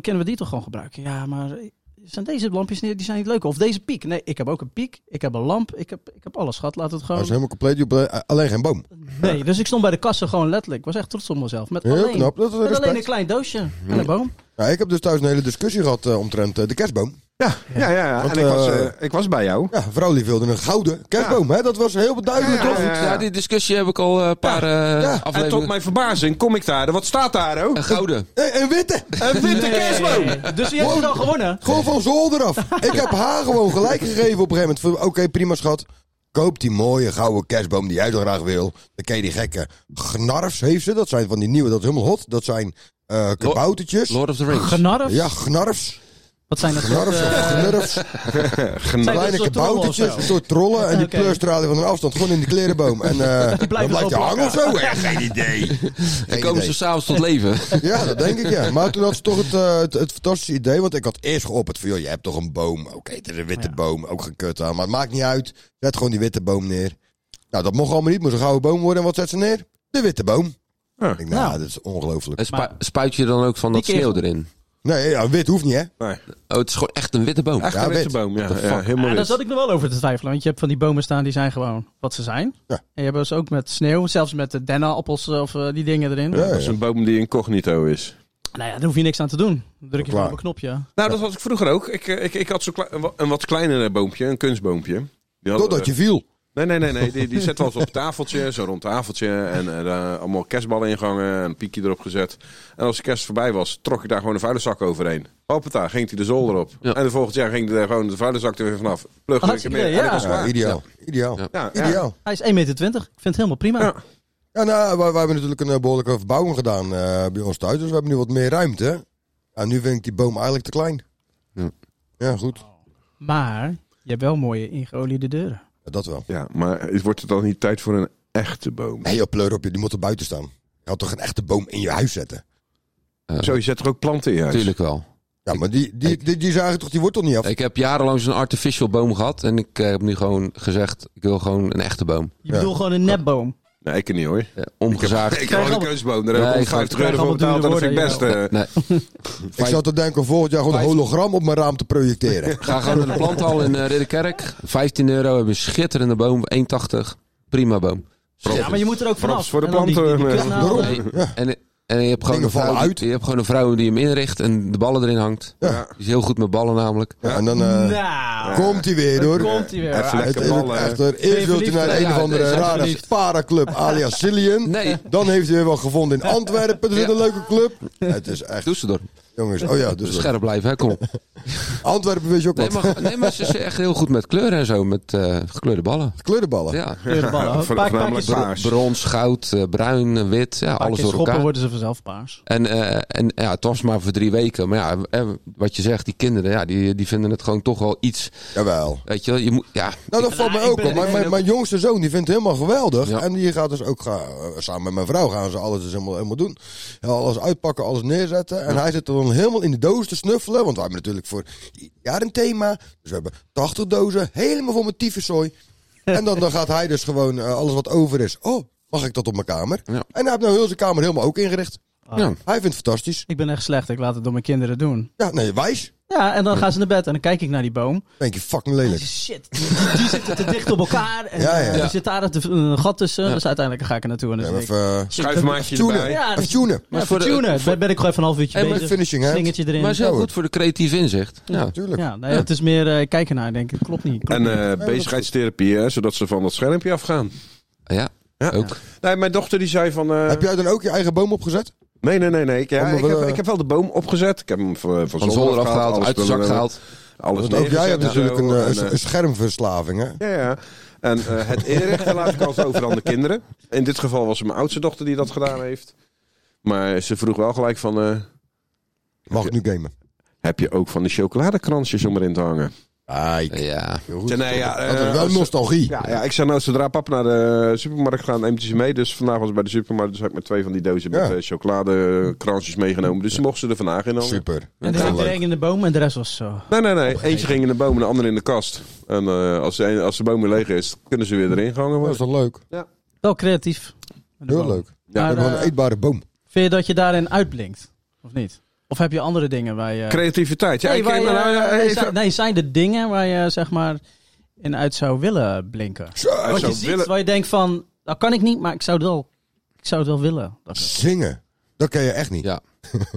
S3: dan kunnen we die toch gewoon gebruiken. Ja, maar eh, zijn deze lampjes niet, die zijn niet leuk? Of deze piek? Nee, ik heb ook een piek, ik heb een lamp, ik heb, ik heb alles gehad. Laat het
S4: Hij was
S3: gewoon...
S4: helemaal compleet. die op- eh, Alleen geen boom.
S3: Nee, dus ik stond bij de kassen gewoon letterlijk. Ik was echt trots op mezelf. Met
S4: Heel
S3: alleen,
S4: knap. Dat is
S3: met alleen een
S4: respect.
S3: klein doosje en een boom.
S4: Nou, ik heb dus thuis een hele discussie gehad eh, omtrent eh, de kerstboom.
S8: Ja, ja, ja. ja.
S4: Want,
S8: en ik, was,
S4: eh,
S8: eh, ik was bij jou.
S4: Ja, vrouw die wilde een gouden kerstboom. Hè? Dat was heel duidelijk, toch?
S8: ja,
S7: Ja, die discussie heb ik al eh, een paar eh
S4: ja. En
S8: En tot
S7: afleveringen.
S8: mijn verbazing kom ik daar. Wat staat daar, oh?
S7: Een gouden.
S4: Eh, een witte.
S8: Een witte kerstboom!
S3: Nee. Dus je hebt het al gewonnen.
S4: Gewoon van zolder af. Ik heb haar gewoon gelijk gegeven op een gegeven moment. Van, Oké, prima schat. Koop die mooie gouden kerstboom die jij zo graag wil. Dan ken je die gekke gnarfs heeft ze. Dat zijn van die nieuwe, dat is helemaal hot. Dat zijn eh kaboutertjes.
S7: Lord of the Rings.
S3: Genarf?
S4: Ja, gnarfs.
S3: Wat zijn dat soort...
S4: Gnarfs of
S3: eh,
S4: gnurfs.
S3: zijn dat
S4: Kleine
S3: soort trollen of
S4: kaboutertjes, een
S3: zo?
S4: soort trollen. En die
S3: Oké.
S4: pleurstralen van een afstand gewoon in de klerenboom. En eh, dan blijft je
S3: gewoon
S4: hangen of zo. Ja, geen idee.
S7: Dan
S4: Geen
S7: komen
S4: idee.
S7: ze s'avonds tot leven. Eh,
S4: Ja, dat denk ik ja. Maar toen had ze toch het, eh, het, het fantastische idee. Want ik had eerst geopperd van, joh, je hebt toch een boom. Oké, het is een witte
S3: Ja.
S4: boom. Ook geen kut aan. Maar het maakt niet uit. Zet gewoon die witte boom neer. Nou, dat mocht allemaal niet. Moest een gouden boom worden. En wat zet ze neer? De witte boom.
S8: Ja.
S4: Ik denk, nou,
S3: Nou.
S4: dat is ongelooflijk.
S7: En spu- spuit je dan ook van dat
S3: Die keer-
S7: sneeuw erin?
S4: Nee, ja, wit hoeft niet, hè?
S7: Oh, het is gewoon echt een witte boom.
S8: Echt
S4: Ja,
S8: een witte
S4: wit.
S8: boom, ja. ja helemaal
S3: Ja, daar
S8: wit.
S3: zat ik nog wel over te twijfelen. Want je hebt van die bomen staan, die zijn gewoon wat ze zijn.
S4: Ja.
S3: En je hebt dus ook met sneeuw, zelfs met de dennenappels eh, of eh, die dingen erin.
S4: Ja,
S8: Dat is een boom die incognito is.
S3: Nou ja, daar hoef je niks aan te doen. Dan druk je
S8: Klaar.
S3: gewoon op een knopje.
S8: Nou, dat had ik vroeger ook. Ik, eh, ik, ik had zo klei- een wa- een wat kleiner boompje, een kunstboompje. Die hadden
S4: Totdat
S8: we-
S4: je viel.
S8: Nee, nee, nee. nee. Die, die zetten we als op een tafeltje, zo rond tafeltje. En eh, daar allemaal kerstballen ingangen en een piekje erop gezet. En als de kerst voorbij was, trok ik daar gewoon een vuilniszak overheen. Hoppata, ging hij de zolder op. En de volgend jaar ging hij daar gewoon de vuilniszak er weer vanaf. Plug ik hem
S3: Hartstikke
S8: in.
S3: idee,
S8: En het was
S3: ja.
S8: klaar.
S4: Ja, ideaal. Ideaal.
S8: Ja, ja.
S4: Ideaal.
S3: Hij is 1,20 meter. Ik vind het helemaal prima.
S8: Ja.
S4: Ja, nou, wij, wij hebben natuurlijk een eh, behoorlijke verbouwing gedaan eh, bij ons thuis. Dus we hebben nu wat meer ruimte. En nu vind ik die boom eigenlijk te klein.
S7: Ja.
S4: Ja, goed.
S3: Maar je hebt wel mooie ingeoliede deuren.
S4: Ja, dat wel.
S8: Ja, maar het wordt het dan niet tijd voor een echte boom?
S4: Nee, joh, pleur op je. Die moet er buiten staan. Je had toch een echte boom in je huis zetten?
S8: Zo, je zet er ook planten in je huis.
S7: Eh, Tuurlijk wel.
S4: Ja, maar die, die, die, die zagen toch die wortel niet af?
S7: Ik heb jarenlang zo'n artificial boom gehad. En ik eh, heb nu gewoon gezegd, ik wil gewoon een echte boom.
S3: Je bedoelt gewoon een nepboom.
S8: Nee, ik niet hoor.
S7: Eh, omgezaagd.
S8: Ik heb gewoon een
S3: allemaal-
S8: kunstboom. Daar heb ik
S7: Nee,
S8: 150 euro voor
S3: gewoon-
S8: betaald. En dat vind ik
S3: Krijg
S8: best. eh,
S7: Nee,
S4: Ik zat te denken om volgend jaar gewoon een hologram op mijn raam te projecteren.
S7: ga gewoon naar de planthal in eh, Ridderkerk. 15 euro, hebben een schitterende boom. 1,80. Prima boom.
S3: Ja, maar je moet er ook vanaf.
S8: Props voor de
S3: En dan die-
S8: planten. eh,
S3: die- die
S8: Ja,
S3: kutnaald.
S4: daarom.
S7: Nee, En, en je, hebt gewoon
S4: Dingen
S7: een vrouw,
S4: vallen uit.
S7: Die, je hebt gewoon een vrouw die hem inricht en de ballen erin hangt.
S4: Ja.
S7: Die is heel goed met ballen namelijk.
S4: Ja, en dan eh,
S3: Nou,
S4: komt hij weer,
S3: daar
S4: hoor.
S3: komt hij weer.
S8: Even
S4: Het
S8: lekker
S4: is ook
S8: ballen.
S4: echt, hoor. Eerst wil hij
S3: verliefd?
S4: naar een
S7: Ja,
S4: of andere
S7: zijn
S4: rare
S7: verliefd.
S4: sparaclub alias Cillian.
S7: Nee.
S4: Dan heeft hij weer wel gevonden in Antwerpen. Dat is een leuke club. Het is echt,
S7: Toeseldorp.
S4: jongens. Oh ja, dus
S7: Scherp blijven, hè? Kom op.
S4: Antwerpen weet je ook
S7: Nee
S4: wat.
S7: maar, nee, maar ze is echt heel goed met kleuren en zo. Met eh, gekleurde ballen.
S4: Kleurenballen.
S7: Ja.
S3: Kleuren ballen. Een
S8: Voor-
S3: paar- paar
S8: voornamelijk
S3: keer-
S8: bro-
S3: een
S8: Paars.
S7: Brons, goud, eh, bruin, eh, wit. Ja,
S3: paar
S7: alles
S3: keer
S7: door
S3: schoppen
S7: elkaar.
S3: worden ze vanzelf paars.
S7: En, eh, en ja, het was maar voor drie weken. Maar ja, eh, wat je zegt, die kinderen, ja, die, die vinden het gewoon toch wel iets.
S4: Jawel.
S7: Weet je, wel, je moet, ja,
S4: Nou, dat valt mij ook wel. Mijn, mijn, mijn jongste zoon die vindt het helemaal geweldig.
S7: Ja.
S4: En die gaat dus ook gaan, eh, samen met mijn vrouw gaan ze alles dus helemaal, helemaal doen. Ja, alles uitpakken, alles neerzetten. En hij zit er dan helemaal in de doos te snuffelen. Want wij hebben natuurlijk voor ieder jaar een thema. Dus we hebben 80 dozen, helemaal vol met tyfuszooi. En dan, dan gaat hij dus gewoon eh, alles wat over is. Oh, mag ik dat op mijn kamer?
S7: Ja.
S4: En hij heeft nou heel zijn kamer helemaal ook ingericht.
S7: ja.
S4: Hij vindt het fantastisch.
S3: Ik ben echt slecht. Ik laat het door mijn kinderen doen.
S4: Ja, nee, wijs.
S3: Ja, en dan gaan ze naar bed en dan kijk ik naar die boom.
S4: Denk je fucking lelijk.
S3: Shit, die, die zitten te dicht op elkaar. En
S4: Ja,
S3: ja,
S4: ja. Ja.
S3: er zit daar een, een gat tussen. Dus uiteindelijk ga ik er naartoe. En dan
S4: Ja,
S3: zeg
S4: maar
S3: ik,
S4: even, eh,
S8: Schuifmaatje
S4: tunen.
S8: erbij.
S3: Ja,
S4: even
S3: dus-
S4: tunen.
S3: Maar
S7: Maar
S3: voor
S7: voor de-
S3: tuner ben, ben ik gewoon even een half uurtje
S7: Hey, maar
S3: bezig.
S4: finishing, hè?
S3: Slingertje erin.
S7: maar het is heel
S4: Ja, hoor.
S7: goed voor de creatief inzicht. Ja.
S4: Tuurlijk.
S3: ja, nou ja, het is meer eh, kijken naar, denk ik. Klopt niet. Klopt
S8: En
S3: niet.
S8: eh, bezigheidstherapie, hè, zodat ze van dat schermpje afgaan.
S7: Ja,
S8: Ja.
S7: ook.
S8: Nee, mijn dochter die zei van... eh,
S4: Heb jij dan ook je eigen boom opgezet?
S8: Nee, nee, nee. nee. Ik, ja,
S4: Allemaal
S8: ik, heb,
S4: wel, eh,
S8: ik heb wel de boom opgezet. Ik heb hem eh, van, van,
S7: Van zolder afgehaald,
S8: alles
S7: uit de zak
S8: spullen-
S7: gehaald.
S8: Alles
S4: Want ook jij hebt
S8: neergezet en
S4: natuurlijk een,
S8: zo.
S4: eh,
S8: En,
S4: een,
S8: eh,
S4: een schermverslaving, hè?
S8: Ja, ja. En eh, het inrichten laat ik altijd over aan de kinderen. In dit geval was het mijn oudste dochter die dat gedaan heeft. Maar ze vroeg wel gelijk van... eh,
S4: Mag ik nu gamen?
S8: heb je ook van die chocoladekransjes om erin te hangen?
S4: Ah,
S7: Ja.
S8: Ja, nee, ja,
S4: dat
S8: eh,
S4: is wel
S8: als-
S4: nostalgie.
S8: Ja, ja, ik zei nou, zodra papa naar de supermarkt gaat, neemt hij ze mee. Dus vandaag was ik bij de supermarkt, dus had ik met twee van die dozen
S4: Ja.
S8: met eh, chocoladekransjes meegenomen. Dus ze mochten ze er vandaag in hangen.
S4: Super.
S3: En er
S4: Heel
S3: zit er
S4: leuk.
S3: één in de boom en de rest was zo.
S8: Nee, nee, nee. Eentje ging in de boom en de andere in de kast. En eh, als, de, een- als de boom weer leeg is, kunnen ze weer erin gehangen
S4: Dat is
S8: worden.
S4: toch leuk?
S3: Wel creatief. De
S4: Heel
S3: boom.
S4: leuk. We
S8: Ja,
S3: Maar,
S4: hebben
S3: eh,
S4: wel een eetbare boom.
S3: vind je dat je daarin uitblinkt? Of niet? Of heb je andere dingen waar je...
S8: Creativiteit. Ja,
S3: Nee,
S8: ik-
S3: waar je-
S8: nou, ja,
S3: nee,
S8: even-
S3: zijn, nee, zijn er dingen waar je zeg maar in uit zou willen blinken?
S8: Zo,
S3: Wat
S8: zou
S3: je ziet,
S8: willen-
S3: waar je denkt van, dat kan ik niet, maar ik zou het wel, ik zou het wel willen. Dat ik-
S4: Zingen. Dat ken je echt niet.
S7: Ja.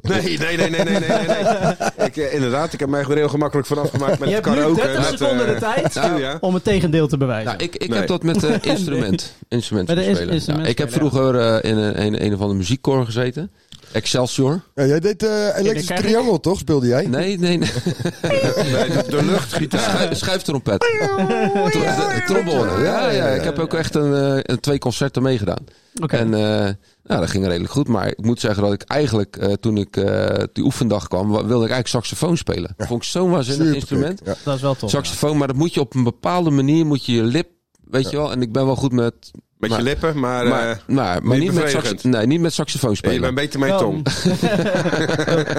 S8: Nee, nee, nee, nee, nee, nee, nee. nee. Ik, eh, inderdaad, ik heb mij er heel gemakkelijk vanaf gemaakt met
S3: je
S8: het
S3: hebt nu
S8: karaoke.
S3: 30
S8: met,
S3: seconden
S8: eh,
S3: de tijd
S8: nou, ja.
S3: om het tegendeel te bewijzen.
S7: Nou, ik, ik
S8: Nee.
S7: heb dat met eh instrument. Instrument
S3: Met een
S7: spelen.
S3: ins-
S7: Ja,
S3: instrument
S7: ik heb
S3: spelen,
S7: vroeger eh, in een, een, een of andere muziekkoor gezeten. Excelsior.
S4: Ja, jij deed eh elektrisch
S3: kijk ik.
S4: triangel, toch? Speelde jij?
S7: Nee, nee, nee.
S8: Nee, de, de luchtgitaar.
S7: Schuif, schuiftrompet. Tro- de- Trombone. Ja, ja, ik heb ook echt een, eh, een- twee concerten meegedaan.
S3: Oké.
S7: En eh, nou, dat ging redelijk goed. Maar ik moet zeggen dat ik eigenlijk, eh, toen ik eh, die oefendag kwam, wa- wilde ik eigenlijk saxofoon spelen. Vond ik zo'n waanzinnig
S4: Supergek.
S7: instrument.
S4: Ja.
S3: dat is wel tof. ja.
S7: Saxofoon, maar dat moet je op een bepaalde manier, moet je je lip, weet je wel. En ik ben wel goed met...
S8: Met
S7: maar-
S8: je lippen, maar, eh,
S7: maar, maar, maar
S8: niet
S7: niet, met
S8: bevredigend.
S7: saxo- nee, niet met saxofoon
S8: je
S7: spelen.
S8: bent beter met je
S3: Wel.
S8: tong.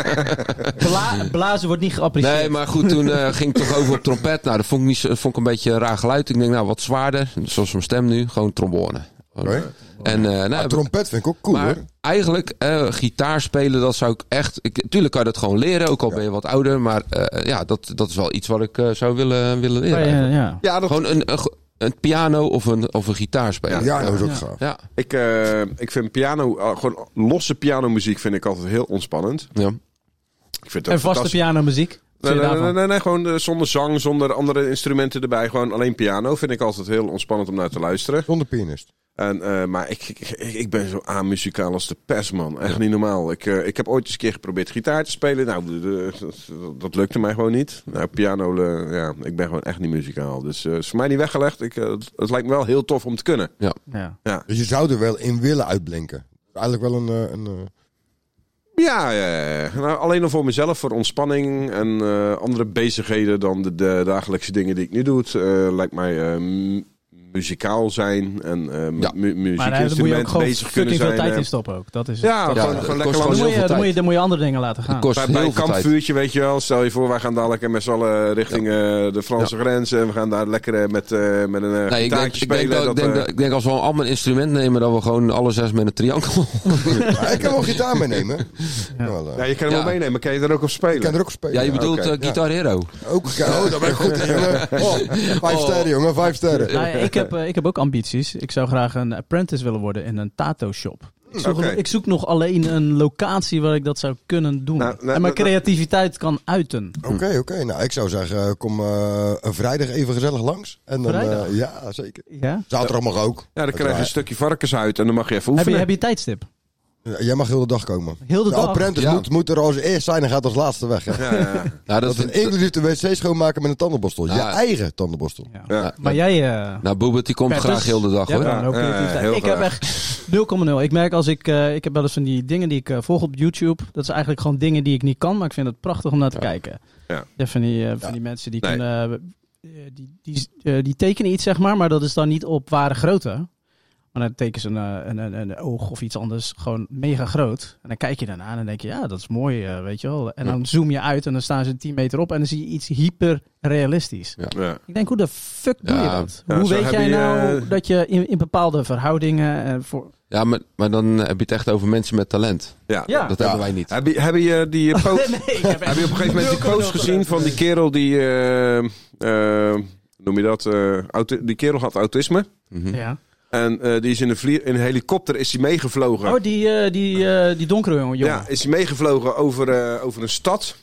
S3: Bla- blazen wordt niet geapprecieerd.
S7: Nee, maar goed, toen eh, ging ik toch over op trompet. Nou, dat vond ik, niet, zo- vond ik een beetje een raar geluid. Ik denk, nou, wat zwaarder. Zoals mijn stem nu, gewoon trombone.
S4: Oké.
S7: En, eh,
S8: Ah,
S7: nou, heb ik-
S4: Trompet vind ik ook cool,
S7: maar
S4: hoor.
S7: eigenlijk, eh gitaar spelen, dat zou ik echt... Ik, tuurlijk kan je dat gewoon leren, ook al ben je wat ouder. Maar eh, ja, dat, dat is wel iets wat ik eh, zou willen, willen leren.
S3: Maar, eh, ja.
S8: Ja, dat
S7: Gewoon een, een, ge- een piano of een, of een gitaar spelen.
S8: Ja, dat is ook
S7: ja.
S8: gaaf.
S7: Ja.
S8: Ik, eh, ik vind piano, eh, gewoon losse pianomuziek vind ik altijd heel ontspannend.
S7: Ja.
S8: Ik vind dat
S3: En vaste
S8: fantastisch.
S3: pianomuziek. Wat
S8: Nee,
S3: vind je
S8: nee, nee,
S3: daarvan?
S8: nee, nee, gewoon eh, zonder zang, zonder andere instrumenten erbij. Gewoon alleen piano vind ik altijd heel ontspannend om naar te luisteren.
S4: Zonder pianist.
S8: En, eh, maar ik, ik, ik- ik ben zo amuzikaal als de pers, man. Echt niet normaal. Ik, eh, ik heb ooit eens een keer geprobeerd gitaar te spelen. Nou, de- de- dat, dat lukte mij gewoon niet. Nou, piano, eh, ja, ik ben gewoon echt niet muzikaal. Dus eh is voor mij niet weggelegd. Ik, eh, het, het lijkt me wel heel tof om te kunnen.
S3: Ja.
S4: Dus je zou er wel in willen uitblinken. Eigenlijk wel een... eh, een eh,
S8: Ja, ja, ja, ja. Nou, alleen al voor mezelf, voor ontspanning en eh, andere bezigheden dan de, de dagelijkse dingen die ik nu doe. Het, eh, lijkt mij eh, mu- muzikaal zijn en eh mu-
S7: Ja.
S3: Maar
S8: mu-
S3: daar moet je ook
S8: muziekinstrumenten
S3: gewoon
S8: bezig kunnen
S3: fucking
S8: zijn.
S3: veel tijd
S8: eh.
S3: in stoppen ook. Dat is het.
S8: ja,
S7: Ja,
S8: gewoon,
S7: dat
S8: gewoon
S7: kost
S8: lekker
S7: wel
S3: Dan
S8: langs
S3: moet,
S7: heel
S3: je,
S7: veel
S3: dan, moet je,
S7: tijd.
S3: dan moet je andere dingen laten
S7: Het
S3: gaan.
S7: kost
S8: bij, bij
S7: heel
S8: een
S7: veel tijd.
S8: kampvuurtje, weet je wel. Stel je voor, wij gaan dadelijk eh, met z'n allen richting eh, de Franse grens. En we gaan daar lekker eh, met, eh, met een eh
S7: Nee, ik
S8: gitaartje
S7: denk, ik,
S8: spelen.
S7: denk dat, ik, denk
S8: eh,
S7: dat, ik denk als we allemaal een instrument nemen, dat we gewoon alle zes met een triangle.
S4: maar ik kan wel gitaar meenemen. Ja. Wel, eh,
S8: ja, je kan
S7: Ja.
S8: hem wel meenemen, maar kan je er ook
S4: ik kan
S8: op spelen?
S4: er ook op spelen.
S7: ja, je bedoelt
S8: oké,
S7: eh, Guitar Hero.
S4: Ook, oh, dat ben ik goed in, jongen. Oh, vijf sterren, jongen. Vijf sterren.
S3: Nou, ja, ik, heb, eh, ik heb ook ambities. Ik zou graag een apprentice willen worden in een tattoo shop. Ik zoek,
S8: Mm, Oké.
S3: ik zoek nog alleen een locatie waar ik dat zou kunnen doen.
S8: Nou, nou,
S3: en mijn
S8: nou,
S3: creativiteit kan uiten.
S4: Oké, oké. Nou, ik zou zeggen, eh, kom eh, een vrijdag even gezellig langs. En dan, eh,
S3: Vrijdag?
S4: ja, zeker.
S3: Ja?
S4: Zaterdag mag ook.
S8: Ja, dan krijg je een
S4: Uiteraard.
S8: stukje varkenshuid en dan mag je even
S3: Heb, je,
S8: oefenen.
S3: heb je tijdstip?
S4: Jij mag heel de dag komen.
S3: Heel de
S4: de
S3: dag?
S4: apprentice
S7: Ja.
S4: moet, moet er als eerst zijn en gaat als laatste weg. hè.
S8: Ja, ja, ja.
S7: Nou, dat
S4: Dat
S7: is
S4: is inclusief de wc schoonmaken met een tandenborstel.
S7: Ja.
S4: Je eigen tandenborstel.
S3: Ja.
S8: Ja.
S3: Maar jij... eh,
S7: Nou, Boebert die komt
S3: Pet,
S7: graag
S3: dus-
S7: heel de dag
S3: Jij
S7: hoor.
S3: hebt
S8: Ja,
S3: wel een
S8: ja,
S3: creativiteit.
S8: heel
S3: dus ik heb
S8: graag.
S3: echt 0,0. Ik merk als ik, eh, ik heb wel eens van die dingen die ik eh, volg op YouTube. Dat zijn eigenlijk gewoon dingen die ik niet kan, maar ik vind het prachtig om naar te kijken.
S8: Ja.
S3: van, die, eh,
S4: Ja.
S3: van die mensen die
S8: Nee.
S3: kunnen, eh, die, die, eh, die tekenen iets zeg maar, maar dat is dan niet op ware grootte. Maar dan tekenen ze een, eh, een, een, een oog of iets anders gewoon mega groot. En dan kijk je daarna en dan denk je, ja, dat is mooi, eh, weet je wel. En dan zoom je uit en dan staan ze 10 meter op en dan zie je iets hyperrealistisch.
S8: Ja.
S3: Ik denk, hoe de fuck doe je
S7: Ja.
S3: dat?
S8: Ja,
S3: hoe
S8: zo
S3: weet
S8: heb
S3: jij
S8: je,
S3: nou
S8: eh,
S3: dat je in, in bepaalde verhoudingen... eh, voor...
S7: Ja, maar, maar dan eh, heb je het echt over mensen met talent.
S8: Ja.
S3: Ja.
S7: Dat hebben wij niet.
S8: Heb je, heb je eh, die eh, po-
S3: Nee, ik heb
S8: heb je op een gegeven moment die
S3: 0,0
S8: post gezien van die kerel die, eh, eh, noem je dat, eh, auti- die kerel had autisme.
S7: Mhm.
S3: Ja.
S8: En eh, die is in een, vlier, in een helikopter is hij meegevlogen.
S3: Oh, die, eh, die, eh, die donkere jongen.
S8: ja, is hij meegevlogen over, eh, over een stad.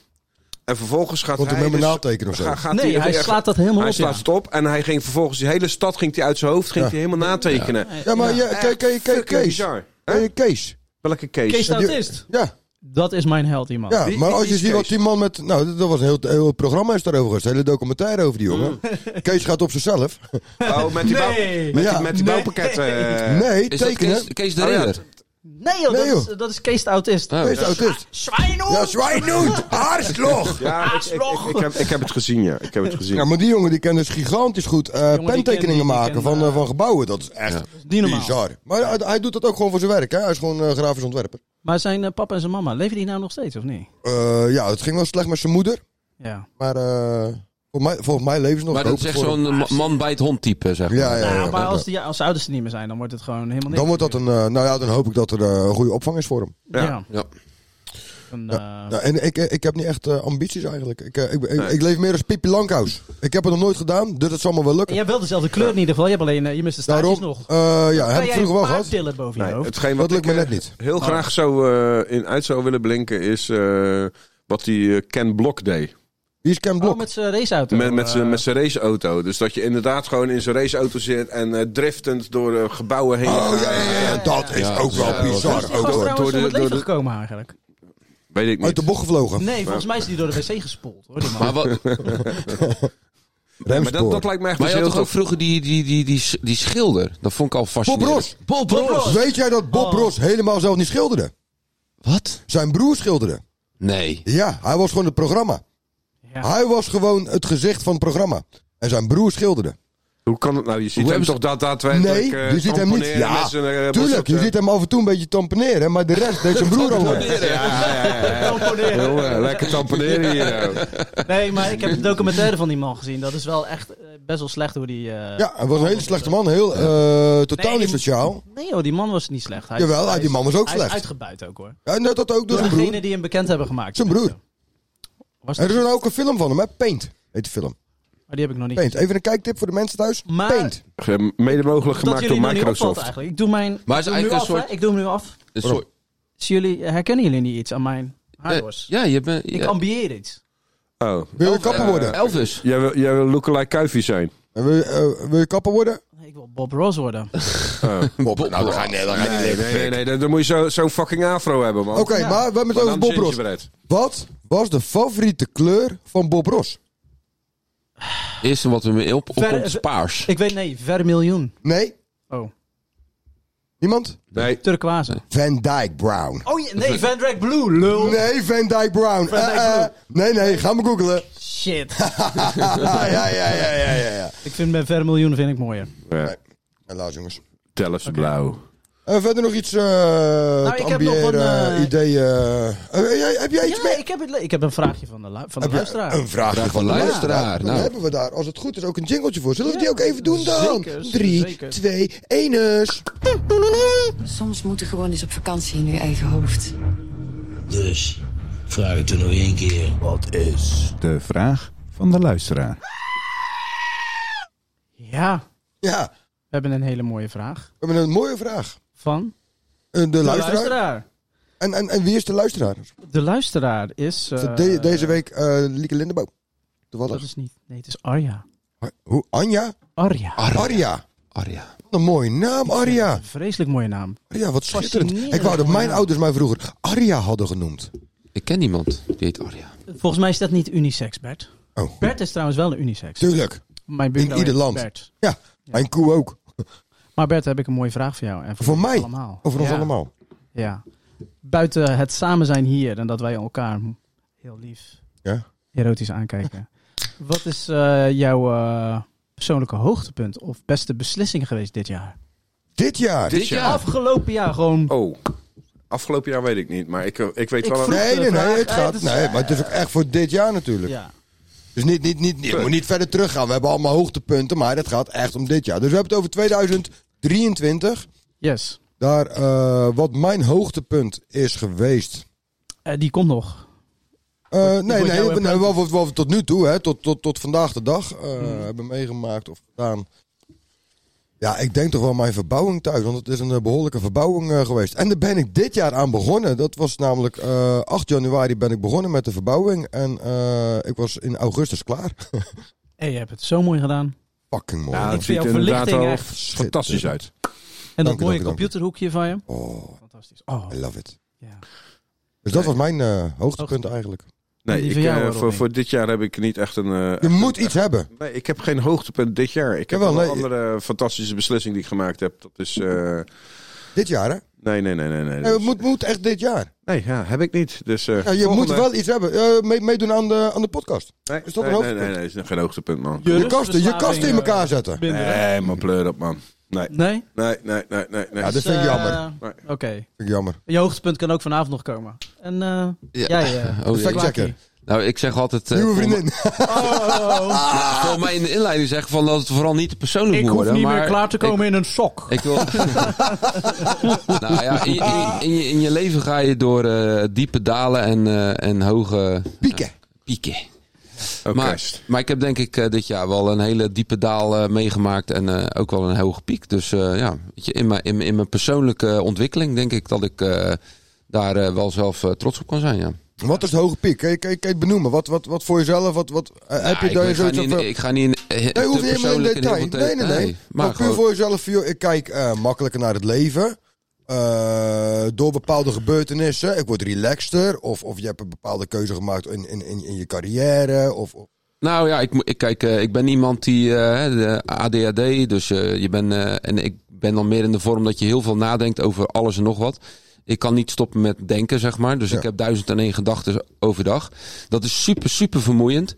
S8: En vervolgens gaat
S4: Komt er
S8: hij...
S4: met mijn
S8: dus-
S4: naaltekenen of zo?
S8: ga- gaat
S3: nee, hij
S8: eh,
S3: slaat dat helemaal
S8: Hij
S3: op. ja.
S8: slaat het op en hij ging vervolgens die hele stad ging hij uit zijn hoofd ging
S4: Ja. Eh,
S8: hij helemaal natekenen.
S4: Ja, maar ja,
S8: Echt
S4: kijk, kijk, kijk,
S8: fucking
S4: Kees.
S8: bizar. Hè?
S4: Hey, Kees.
S8: Welke case?
S3: Kees de
S4: die-
S3: autist.
S4: Ja,
S3: Dat is mijn held, die man.
S4: ja
S8: Wie-
S4: maar
S8: wie
S4: als je
S8: is
S4: ziet wat
S8: Kees?
S4: die man met... Nou, dat- dat was een heel, heel programma is daarover geweest. Een hele documentaire over die jongen. Kees gaat op zichzelf.
S8: Oh, met die, bouw-
S3: Nee.
S8: met
S4: Ja.
S8: die, met die
S3: Nee.
S8: bouwpakketten. eh.
S4: Nee,
S7: Is dat
S4: tekenen.
S7: Kees,
S4: Kees
S7: Kees de
S8: Oh, ja.
S7: Ridder?
S3: Nee, joh,
S4: Nee,
S3: Dat,
S4: joh.
S3: is, dat is Kees de autist.
S7: Oh.
S4: de autist. Ja, zwijnoend. Aardsloch.
S8: Ja, ik, ik, ik, ik heb, ik heb het gezien, ja. Ik heb het gezien.
S4: Ja, maar die jongen die kan dus gigantisch goed eh,
S3: die ken-
S4: pentekeningen
S3: die
S4: maken
S3: ken,
S4: van, eh,
S3: eh,
S4: van gebouwen. Dat is echt
S3: Niet normaal.
S4: bizar. Maar hij, hij doet dat ook gewoon voor zijn werk. Hè? Hij is gewoon eh, grafisch ontwerper.
S3: Maar zijn eh, papa en zijn mama, leven die nou nog steeds of niet?
S4: Eh, ja, het ging wel slecht met zijn moeder.
S3: Ja.
S4: Maar eh, volgens, mij, volgens mij leven ze nog.
S7: Maar dat is
S4: Ik
S7: echt
S4: hoop het voor
S7: zo'n ma- man bij het hond type, zeg maar.
S4: Ja, ja, ja.
S3: Nou, maar als, die, als de ouders er niet meer zijn, dan wordt het gewoon helemaal
S4: hem.
S3: niks.
S4: Dan wordt dat een. eh, nou ja, dan hoop ik dat er eh, een goede opvang is voor hem.
S8: Ja.
S3: Ja.
S7: Ja.
S3: Een, eh,
S4: Ja, en ik, ik heb niet echt eh, ambities eigenlijk. Ik, eh, ik, ik,
S8: Nee.
S4: ik leef meer als Pippi Lankhuis. Ik heb het nog nooit gedaan, dus dat zal me wel
S3: en
S4: lukken.
S3: je hebt wel dezelfde kleur in ieder geval. Je hebt alleen, eh, je mist de staartjes
S4: Daarom.
S3: nog.
S4: eh, ja, heb ik
S3: jij
S4: vroeger wel gehad.
S3: paardpillen boven
S8: Nee,
S3: je hoofd?
S8: hetgeen wat
S4: Dat lukt
S8: ik
S4: me Nou.
S8: eh,
S4: net niet.
S8: heel graag zo eh, in uit zou willen blinken is eh, wat die eh, Ken Block deed.
S4: Wie is Ken Blok?
S3: Oh, met zijn raceauto.
S8: Met, met zijn
S3: eh.
S8: met zijn raceauto. Dus dat je inderdaad gewoon in zijn raceauto zit en eh, driftend door eh, gebouwen heen.
S4: Oh ja, ja, ja, dat is
S7: Ja,
S4: ook wel
S7: ja,
S3: Is
S4: bizar.
S3: die
S4: Ook
S3: gast
S4: hoor.
S3: trouwens
S8: door de-
S3: om het leven
S8: door de-
S3: gekomen eigenlijk?
S8: Weet ik
S4: Uit
S8: niet.
S4: de bocht gevlogen.
S3: Nee, volgens mij is die door de wc gespoeld. Hoor, die man.
S7: Maar, wat, maar
S8: Maar dat,
S4: Remspoor.
S8: dat lijkt me echt
S7: je
S8: wel
S7: had
S8: heel
S7: toch ook
S8: tof.
S7: vroeger die, die, die, die, die schilder? Dat vond ik al fascinerend.
S4: Ros.
S7: Bob Ros.
S4: Weet jij dat Bob
S3: Oh.
S4: Ross helemaal zelf niet schilderde?
S7: Wat?
S4: Zijn broer schilderde.
S7: Nee.
S4: Ja, hij was gewoon het programma.
S3: Ja.
S4: Hij was gewoon het gezicht van het programma. En zijn broer schilderde.
S8: Hoe kan het nou? Je ziet
S7: Hoe
S8: hem
S7: hebben
S8: toch dat daadwerkelijk
S4: Nee,
S8: eh,
S4: je ziet hem niet.
S8: tamponeren
S4: Ja,
S8: met zijn, eh,
S4: Tuurlijk, je
S8: borsteltje?
S4: ziet hem af en toe een beetje tamponeren, maar de rest deed zijn broer al.
S8: Ja, ja, ja, ja. Jongen, eh, lekker tamponeren hier. eh. ook.
S3: Nee, maar ik heb de documentaire van die man gezien. Dat is wel echt eh, best wel slecht hoe die... eh,
S4: Ja, hij was een hele slechte man. Heel, eh, totaal
S3: Nee,
S4: niet sociaal.
S3: Nee joh, die man was niet slecht. Hij
S4: Jawel,
S3: hij
S4: die man was ook
S3: hij
S4: slecht.
S3: is uitgebuit ook hoor.
S4: Ja, net dat ook door
S3: Door
S4: zijn broer.
S3: degene die hem bekend hebben gemaakt.
S4: Zijn broer.
S3: Was
S4: Er
S3: dat-
S4: is ook een film van hem, hè? Paint heet de film.
S3: Maar die heb ik nog niet.
S4: Paint. Even een kijktip voor de mensen thuis. Paint.
S8: Mede mogelijk
S3: dat
S8: gemaakt door
S3: jullie nog niet opvalt
S8: Microsoft.
S3: eigenlijk. Ik doe mijn.
S7: Maar het is
S3: ik doe hem nu
S7: eigenlijk een
S3: af,
S7: soort-
S3: hè. Ik doe hem nu af.
S7: Een
S3: Waarom?
S7: soort-
S3: Zien jullie, herkennen jullie niet iets aan mijn
S8: Eh,
S3: haardos?
S7: Eh, Ja, je bent...
S3: Ik
S7: ja.
S3: ambieer iets.
S8: Oh.
S4: Wil je kapper
S3: eh,
S4: worden?
S7: Elvis.
S8: Jij wil, jij wil lookalike kuifje zijn.
S4: En Wil, je, eh, wil je kapper worden?
S3: Ik wil Bob Ross worden.
S4: Bob, nou, dan ga je, dan ga je niet
S8: Nee,
S4: leven.
S8: nee, nee, nee, dan- dan moet je zo- zo'n fucking afro hebben, man.
S4: Oké, maar we hebben het
S8: Maar
S4: over
S8: dan
S4: Bob
S8: change
S4: Ross.
S8: je bereid.
S4: Wat was de favoriete kleur van Bob Ross?
S7: Het eerste wat me op,
S3: Ver-
S7: opkomt is paars.
S3: Ik weet nee, vermiljoen.
S4: Nee?
S3: Oh.
S4: Niemand?
S8: Nee,
S3: Turquoise.
S4: Van Dyke Brown.
S3: Oh ja, nee, Van Dyke Blue, lul.
S4: Nee, Van Dyke Brown.
S3: Van Dyke
S4: Eh, eh, nee, nee, ga me googlen.
S3: Shit.
S4: ja, ja, ja, ja, ja, ja. ja.
S3: ik vind mijn vermiljoen vind ik mooier.
S8: Ja,
S4: Helaas, jongens.
S8: tel eens blauw.
S4: Eh, verder nog iets eh te
S3: Nou, ik heb nog
S4: ambiëren,
S3: een, eh,
S4: ideeën. Eh, eh, heb jij iets
S3: Ja,
S4: meer?
S3: ik heb, het, le- ik heb een vraagje van de, lu- van
S4: Heb
S3: de
S4: oh. jij
S3: luisteraar.
S4: Een vraagje
S7: Vraag
S4: van de
S7: van
S4: luisteraar.
S7: luisteraar,
S4: Dan
S7: nou.
S4: hebben we daar, als het goed is, ook een jingletje voor. Zullen we die ook even doen dan?
S3: zeker,
S4: 3,
S3: zeker.
S4: 2, 1 us.
S12: Soms moeten gewoon eens op vakantie in je eigen hoofd.
S13: Dus, vraag het er nog één keer. Wat is de vraag van de luisteraar?
S3: Ja,
S4: Ja, we
S3: we hebben een hele mooie vraag.
S4: hebben een mooie vraag.
S3: Van
S4: Eh, de,
S3: de
S4: luisteraar.
S3: luisteraar.
S4: En, en, en wie is de luisteraar?
S3: De luisteraar is... eh,
S4: De- deze week eh Lieke Lindeboom.
S3: Dat
S4: Toevallig.
S3: is niet... Nee, het is Arja.
S4: Hoe? Anja?
S3: Arja.
S4: Arja.
S7: Arja.
S4: Wat een mooie naam, Arja.
S3: Vreselijk mooie naam.
S4: Arja, wat schitterend.
S3: Fascinerend.
S4: Ik wou dat mijn
S3: Ja.
S4: ouders mij vroeger Arja hadden genoemd.
S7: Ik ken iemand die heet Arja.
S3: Volgens mij is dat niet unisex, Bert.
S4: Oh.
S3: Bert is trouwens wel een unisex.
S4: Tuurlijk.
S3: Mijn buurvrouw
S4: in ieder
S3: heet
S4: land.
S3: Bert.
S4: Ja, mijn koe ook.
S3: Maar Bert, heb ik een mooie vraag voor jou. En voor,
S4: Voor
S3: ons
S4: mij?
S3: Allemaal.
S4: Over ons
S3: Ja,
S4: allemaal.
S3: Ja. Buiten het samen zijn hier en dat wij elkaar heel lief
S4: Ja.
S3: erotisch aankijken. Wat is eh, jouw eh, persoonlijke hoogtepunt of beste beslissing geweest dit jaar?
S4: Dit jaar.
S8: Dit jaar?
S3: Afgelopen jaar gewoon.
S8: Oh, afgelopen jaar weet ik niet, maar ik, eh, ik weet
S3: Ik
S8: wel...
S3: vroeg-
S8: Een...
S4: Nee, nee, nee, het
S3: Eh,
S4: gaat.
S3: dat is-
S4: Nee, maar het is ook echt voor dit jaar natuurlijk.
S3: Ja.
S4: Dus niet, niet, niet, je moet niet verder teruggaan. We hebben allemaal hoogtepunten, maar het gaat echt om dit jaar. Dus we hebben het over 2023.
S3: Yes.
S4: Daar, eh, wat mijn hoogtepunt is geweest.
S3: Eh, die komt nog.
S4: Eh, nee,
S3: jou
S4: nee,
S3: en
S4: nee,
S3: Frank-
S4: wat, wat, wat we tot nu toe, hè, tot, tot, tot vandaag de dag, eh, hebben meegemaakt of gedaan. Ja, ik denk toch wel mijn verbouwing thuis, want het is een eh, behoorlijke verbouwing eh, geweest. En daar ben ik dit jaar aan begonnen. Dat was namelijk eh, 8 januari ben ik begonnen met de verbouwing en eh, ik was in augustus klaar.
S3: Hey, je hebt het zo mooi gedaan.
S4: Fucking mooi.
S8: Ja,
S3: Ik vind
S8: het ziet
S3: jouw
S8: er inderdaad
S3: verlichting
S8: wel
S3: echt
S8: fantastisch uit.
S3: En
S4: Dank u,
S3: dat
S4: dank
S3: mooie
S4: u, dank u.
S3: computerhoekje van je.
S4: Oh,
S3: Fantastisch. Oh,
S4: I love it.
S3: ja.
S4: Dus dat was mijn eh, hoogtepunt
S3: Hoogtepunt.
S4: eigenlijk.
S8: Nee,
S3: Die
S8: ik,
S3: van jou,
S8: eh,
S3: hoor,
S8: voor,
S3: Ronnie.
S8: voor dit jaar heb ik niet echt een... eh,
S4: Je moet iets hebben.
S8: Nee, ik heb geen hoogtepunt dit jaar. Ik heb
S4: Jawel,
S8: wel een
S4: nee.
S8: andere fantastische beslissing die ik gemaakt heb. Dat is... eh,
S4: Dit jaar, hè?
S8: Nee, nee, nee, nee. Nee,
S4: Nee,
S8: dat
S4: het
S8: is-
S4: moet, moet echt dit jaar.
S8: nee ja, heb ik niet. Dus, eh,
S4: Ja, je
S8: volgende.
S4: moet wel iets hebben. Eh, mee- meedoen aan de, aan de podcast.
S8: Nee,
S4: Is dat
S8: nee,
S4: een
S8: nee,
S4: hoogtepunt?
S8: nee, nee, is nog geen hoogtepunt, man.
S4: Je kasten, je kasten
S3: eh,
S4: in elkaar zetten.
S8: Nee, man, pleur op, man. Nee,
S3: Nee?
S8: nee, nee, nee, nee. nee.
S4: Ja, dus- dat vind ik jammer.
S3: Eh,
S8: Nee.
S3: Oké.
S4: Vind ik jammer.
S3: Je hoogtepunt kan ook vanavond nog komen. En eh,
S7: Ja.
S3: jij... eh,
S7: Oh,
S4: Fact
S7: ja.
S4: checker.
S3: Blackie.
S7: Nou, ik zeg altijd... eh,
S4: Nieuwe
S7: voor
S4: vriendin.
S7: mij- Voor mij in de inleiding zeggen van dat het vooral niet te persoonlijk
S3: Ik
S7: moet
S3: hoef
S7: worden.
S3: niet meer
S7: maar
S3: klaar te
S7: ik-
S3: komen in een sok.
S7: Ik wil. nou ja, in, in, in je, in je leven ga je door eh, diepe dalen en, eh, en hoge
S4: Pieken.
S7: pieken.
S8: Oh,
S7: Maar,
S8: Christ.
S7: maar ik heb denk ik eh, dit jaar wel een hele diepe daal eh, meegemaakt en eh, ook wel een hoge piek. Dus eh, ja, weet je, in, mijn, in, mijn- in mijn persoonlijke ontwikkeling denk ik dat ik eh, daar eh, wel zelf eh, trots op kan zijn. Ja.
S4: Wat is de hoge piek? Kan je, kan je- kan je het benoemen? Wat, wat, wat voor jezelf? Wat, wat, eh, heb
S7: Ja,
S4: je
S7: ik,
S4: daar
S7: ik, ga
S4: zoiets
S7: niet,
S4: van?
S7: in- ik ga niet in eh,
S4: Nee,
S7: te
S4: hoeft niet helemaal in
S7: persoonlijk heel
S4: detail.
S7: veel
S4: Nee, nee, nee. maar,
S7: Maar
S4: puur
S7: gewoon,
S4: voor jezelf. joh, Ik kijk eh, makkelijker naar het leven. Eh, door bepaalde gebeurtenissen. Ik word relaxter. Of, of je hebt een bepaalde keuze gemaakt in, in, in, in je carrière. Of, of-
S7: Nou ja, ik, mo- ik, kijk, eh, ik ben iemand die eh, de ADHD, dus eh, je ben, eh, en ik ben dan meer in de vorm dat je heel veel nadenkt over alles en nog wat. Ik kan niet stoppen met denken, zeg maar. Dus
S4: Ja.
S7: ik heb duizend en één gedachten overdag. Dat is super, super vermoeiend.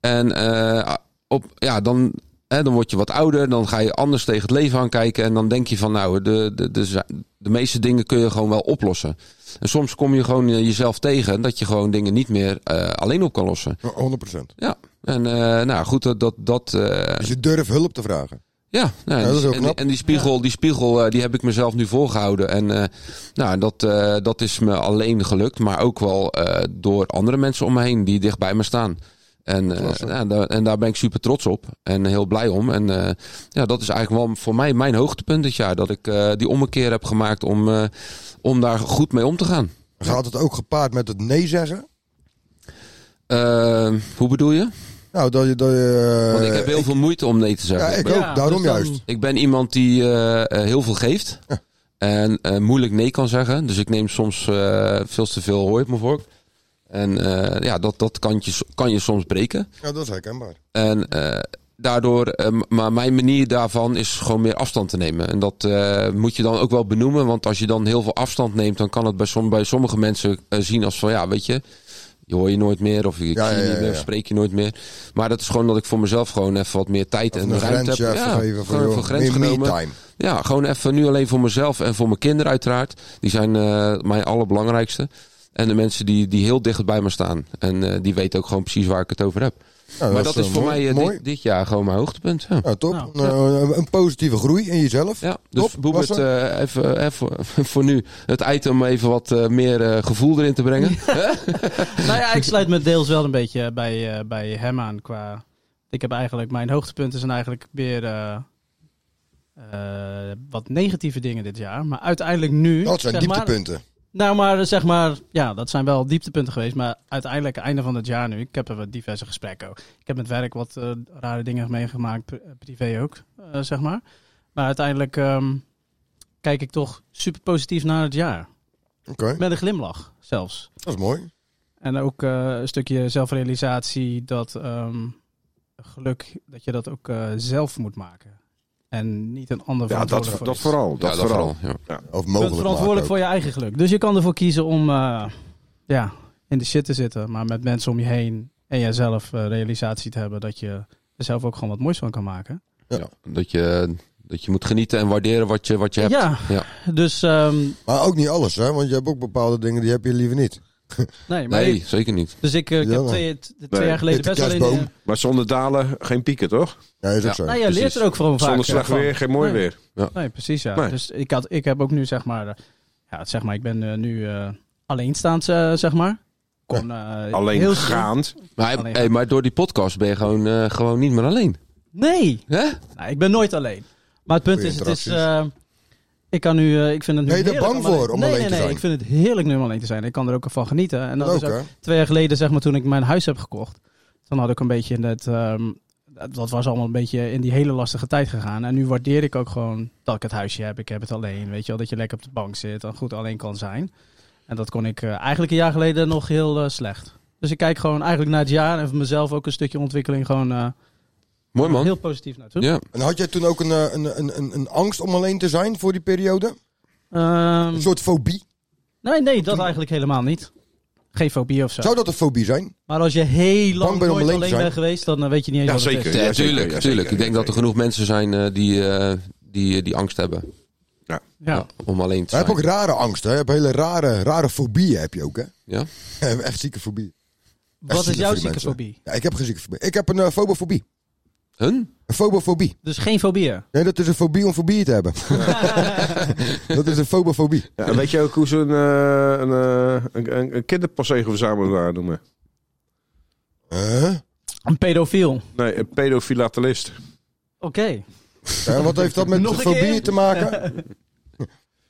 S7: En eh, op, ja, dan, hè, dan word je wat ouder, dan ga je anders tegen het leven aankijken. En dan denk je van, nou, de, de, de, za- de meeste dingen kun je gewoon wel oplossen. En soms kom je gewoon eh, jezelf tegen dat je gewoon dingen niet meer eh, alleen op kan lossen.
S4: 100%.
S7: Ja, en eh, nou goed, dat. dat, dat eh,
S4: Dus je durft hulp te vragen.
S7: ja, nou,
S4: Ja, dat is heel
S7: en,
S4: knap.
S7: en die spiegel, die, spiegel eh, die heb ik mezelf nu voorgehouden. En eh, nou, dat, eh, dat is me alleen gelukt, maar ook wel eh, door andere mensen om me heen die dicht bij me staan. En, eh, ja, daar, en daar ben ik super trots op en heel blij om. En eh, ja, dat is eigenlijk wel voor mij mijn hoogtepunt dit jaar. Dat ik eh, die ommekeer heb gemaakt om, eh, om daar goed mee om te gaan.
S4: Gaat het ook gepaard met het nee zeggen?
S7: Eh, hoe bedoel je?
S4: Nou, dat je... Dat je
S7: Want ik heb heel veel moeite om nee te zeggen.
S4: Eh, Ja, ik
S7: ben-
S4: ook. Ja, Daarom dus dan- juist.
S7: Ik ben iemand die eh, eh, heel veel geeft. En eh, moeilijk nee kan zeggen. Dus ik neem soms eh, veel te veel hooi op mijn vork. En eh, ja, dat, dat kan, je, s- kan je soms breken.
S4: Ja, dat is herkenbaar.
S7: En eh, daardoor, eh, m- maar mijn manier daarvan is gewoon meer afstand te nemen. En dat eh, moet je dan ook wel benoemen. Want als je dan heel veel afstand neemt, dan kan het bij, som, bij sommige mensen eh, zien als van ja, weet je, je hoor je nooit meer of je
S4: Ja,
S7: zie je
S4: ja,
S7: niet
S4: ja,
S7: meer,
S4: ja.
S7: spreek je nooit meer. Maar dat is gewoon dat ik voor mezelf gewoon even wat meer tijd en
S4: een
S7: ruimte
S4: grens,
S7: heb.
S4: ja, even geven voor
S7: gewoon
S4: jou.
S7: even grens
S4: Meer me
S7: genomen.
S4: time.
S7: Ja, gewoon even nu alleen voor mezelf en voor mijn kinderen uiteraard. Die zijn eh mijn allerbelangrijkste. En de mensen die, die heel dicht bij me staan. En eh, die weten ook gewoon precies waar ik het over heb.
S4: dat
S7: maar
S4: is,
S7: dat is
S4: eh,
S7: voor
S4: mooi.
S7: mij eh,
S4: Mooi.
S7: dit, dit jaar gewoon mijn hoogtepunt. Ja.
S4: Nou, top. Nou, een- een positieve groei in jezelf.
S7: Ja, dus
S4: Top,
S7: Boebert,
S4: Lasse.
S7: eh, even, eh, voor, voor nu het item om even wat eh, meer eh, gevoel erin te brengen.
S3: nou ja, ik sluit me deels wel een beetje bij, eh, bij hem aan qua... Ik heb eigenlijk... Mijn hoogtepunten zijn eigenlijk weer eh, eh, wat negatieve dingen dit jaar. Maar uiteindelijk nu...
S4: Dat zijn
S3: zeg maar-
S4: dieptepunten.
S3: nou, maar zeg maar... Ja, dat zijn wel dieptepunten geweest. Maar uiteindelijk, einde van het jaar nu... Ik heb er wat diverse gesprekken ook. Ik heb met werk wat eh, rare dingen meegemaakt. pri- Privé ook, eh, zeg maar. Maar uiteindelijk ehm, kijk ik toch super positief naar het jaar. Met een glimlach zelfs.
S4: Dat is mooi.
S3: En ook eh, een stukje zelfrealisatie dat ehm, geluk, dat je dat ook eh, zelf moet maken. En niet een ander
S8: Ja, dat,
S3: verantwoordelijk voor
S8: dat
S3: is.
S8: vooral.
S7: Ja,
S8: Dat
S7: dat
S8: vooral.
S7: vooral,
S8: Ja.
S4: Of
S3: Je
S4: mogelijk
S3: bent verantwoordelijk voor
S4: maken
S3: je eigen geluk. Dus je kan ervoor kiezen om eh, ja, in de shit te zitten, maar met mensen om je heen en jijzelf eh, realisatie te hebben dat je er zelf ook gewoon wat moois van kan maken.
S7: Dat, je, dat je moet genieten en waarderen wat je, wat je hebt.
S3: Ja. Dus,
S4: Maar ook niet alles, hè? Want je hebt ook bepaalde dingen die heb je liever niet.
S3: Nee,
S7: maar- Nee, zeker niet.
S3: Dus ik, eh, ik heb
S4: Jammer.
S3: twee, t- twee jaar geleden best wel in de-
S8: Maar zonder dalen geen pieken, toch?
S4: Ja, is ook
S3: zo. Nou, je leert er ook gewoon vaak,
S8: Zonder slecht
S3: eh, van.
S8: weer, geen mooi
S3: Nee.
S8: weer.
S3: Nee, precies ja.
S8: Nee.
S3: Dus ik, had, ik heb ook nu zeg maar, eh, ja, zeg maar ik ben eh, nu eh, alleenstaand eh, zeg maar. Kon, eh, heel snel-
S7: Maar, hey,
S3: Alleen.
S7: hey, maar door die podcast ben je gewoon, eh, gewoon niet meer alleen.
S3: Nee.
S7: Hè?
S3: Nou, ik ben nooit alleen. Maar het punt
S7: Goeie
S3: is, het is,
S7: interacties.
S3: eh, ik kan nu, eh, ik vind het nu
S4: Ben je er
S3: heerlijk
S4: bang voor om
S3: nee,
S4: alleen
S3: nee,
S4: te
S3: nee,
S4: zijn?
S3: ik vind het heerlijk nu om alleen te zijn. Ik kan er ook van genieten. En dat
S4: Dat
S3: is
S4: ook,
S3: ook
S4: hè?
S3: twee jaar geleden zeg maar toen ik mijn huis heb gekocht. Toen had ik een beetje het, ehm, dat was allemaal een beetje in die hele lastige tijd gegaan. En nu waardeer ik ook gewoon dat ik het huisje heb. Ik heb het alleen, weet je wel. Dat je lekker op de bank zit en goed alleen kan zijn. En dat kon ik eh, eigenlijk een jaar geleden nog heel eh, slecht. Dus ik kijk gewoon eigenlijk naar het jaar en voor mezelf ook een stukje ontwikkeling gewoon... eh,
S7: Mooi man.
S3: Heel positief naartoe.
S4: En had jij toen ook een, eh, een, een, een, een angst om alleen te zijn voor die periode?
S3: Ehm,
S4: een soort fobie?
S3: Nee, nee, dat eigenlijk helemaal niet. Geen fobie of zo.
S4: Zou dat een fobie zijn?
S3: Maar als je heel lang
S4: Bang ben om
S3: nooit alleen,
S4: alleen te zijn.
S3: bent geweest, dan eh, weet je niet eens wat het is.
S7: Ja, tuurlijk, tuurlijk. Ik denk dat er genoeg mensen zijn eh, die, eh, die, die angst hebben.
S8: Ja.
S3: Ja.
S7: Om alleen te
S4: Maar je hebt
S7: zijn.
S4: ook rare angsten. hè? Je hebt hele rare, rare fobieën heb je ook, hè?
S7: Ja.
S4: Echt zieke fobieën.
S3: Wat is jouw zieke fobie?
S4: Ja, ik heb geen zieke fobie. Ik heb een eh, fobofobie.
S7: Een?
S4: Een fobofobie.
S3: Dus geen fobieën?
S4: Nee, dat is een fobie om fobieën te hebben. dat is een fobofobie.
S8: Ja, en weet je ook hoe ze een, eh, een, eh, een, een, een kinderpassegelverzamelaar noemen?
S3: Een pedofiel.
S8: Nee, een pedofilatelist.
S3: Oké.
S4: Ja, wat heeft dat met
S3: Nog een
S4: fobieën
S3: keer?
S4: te maken?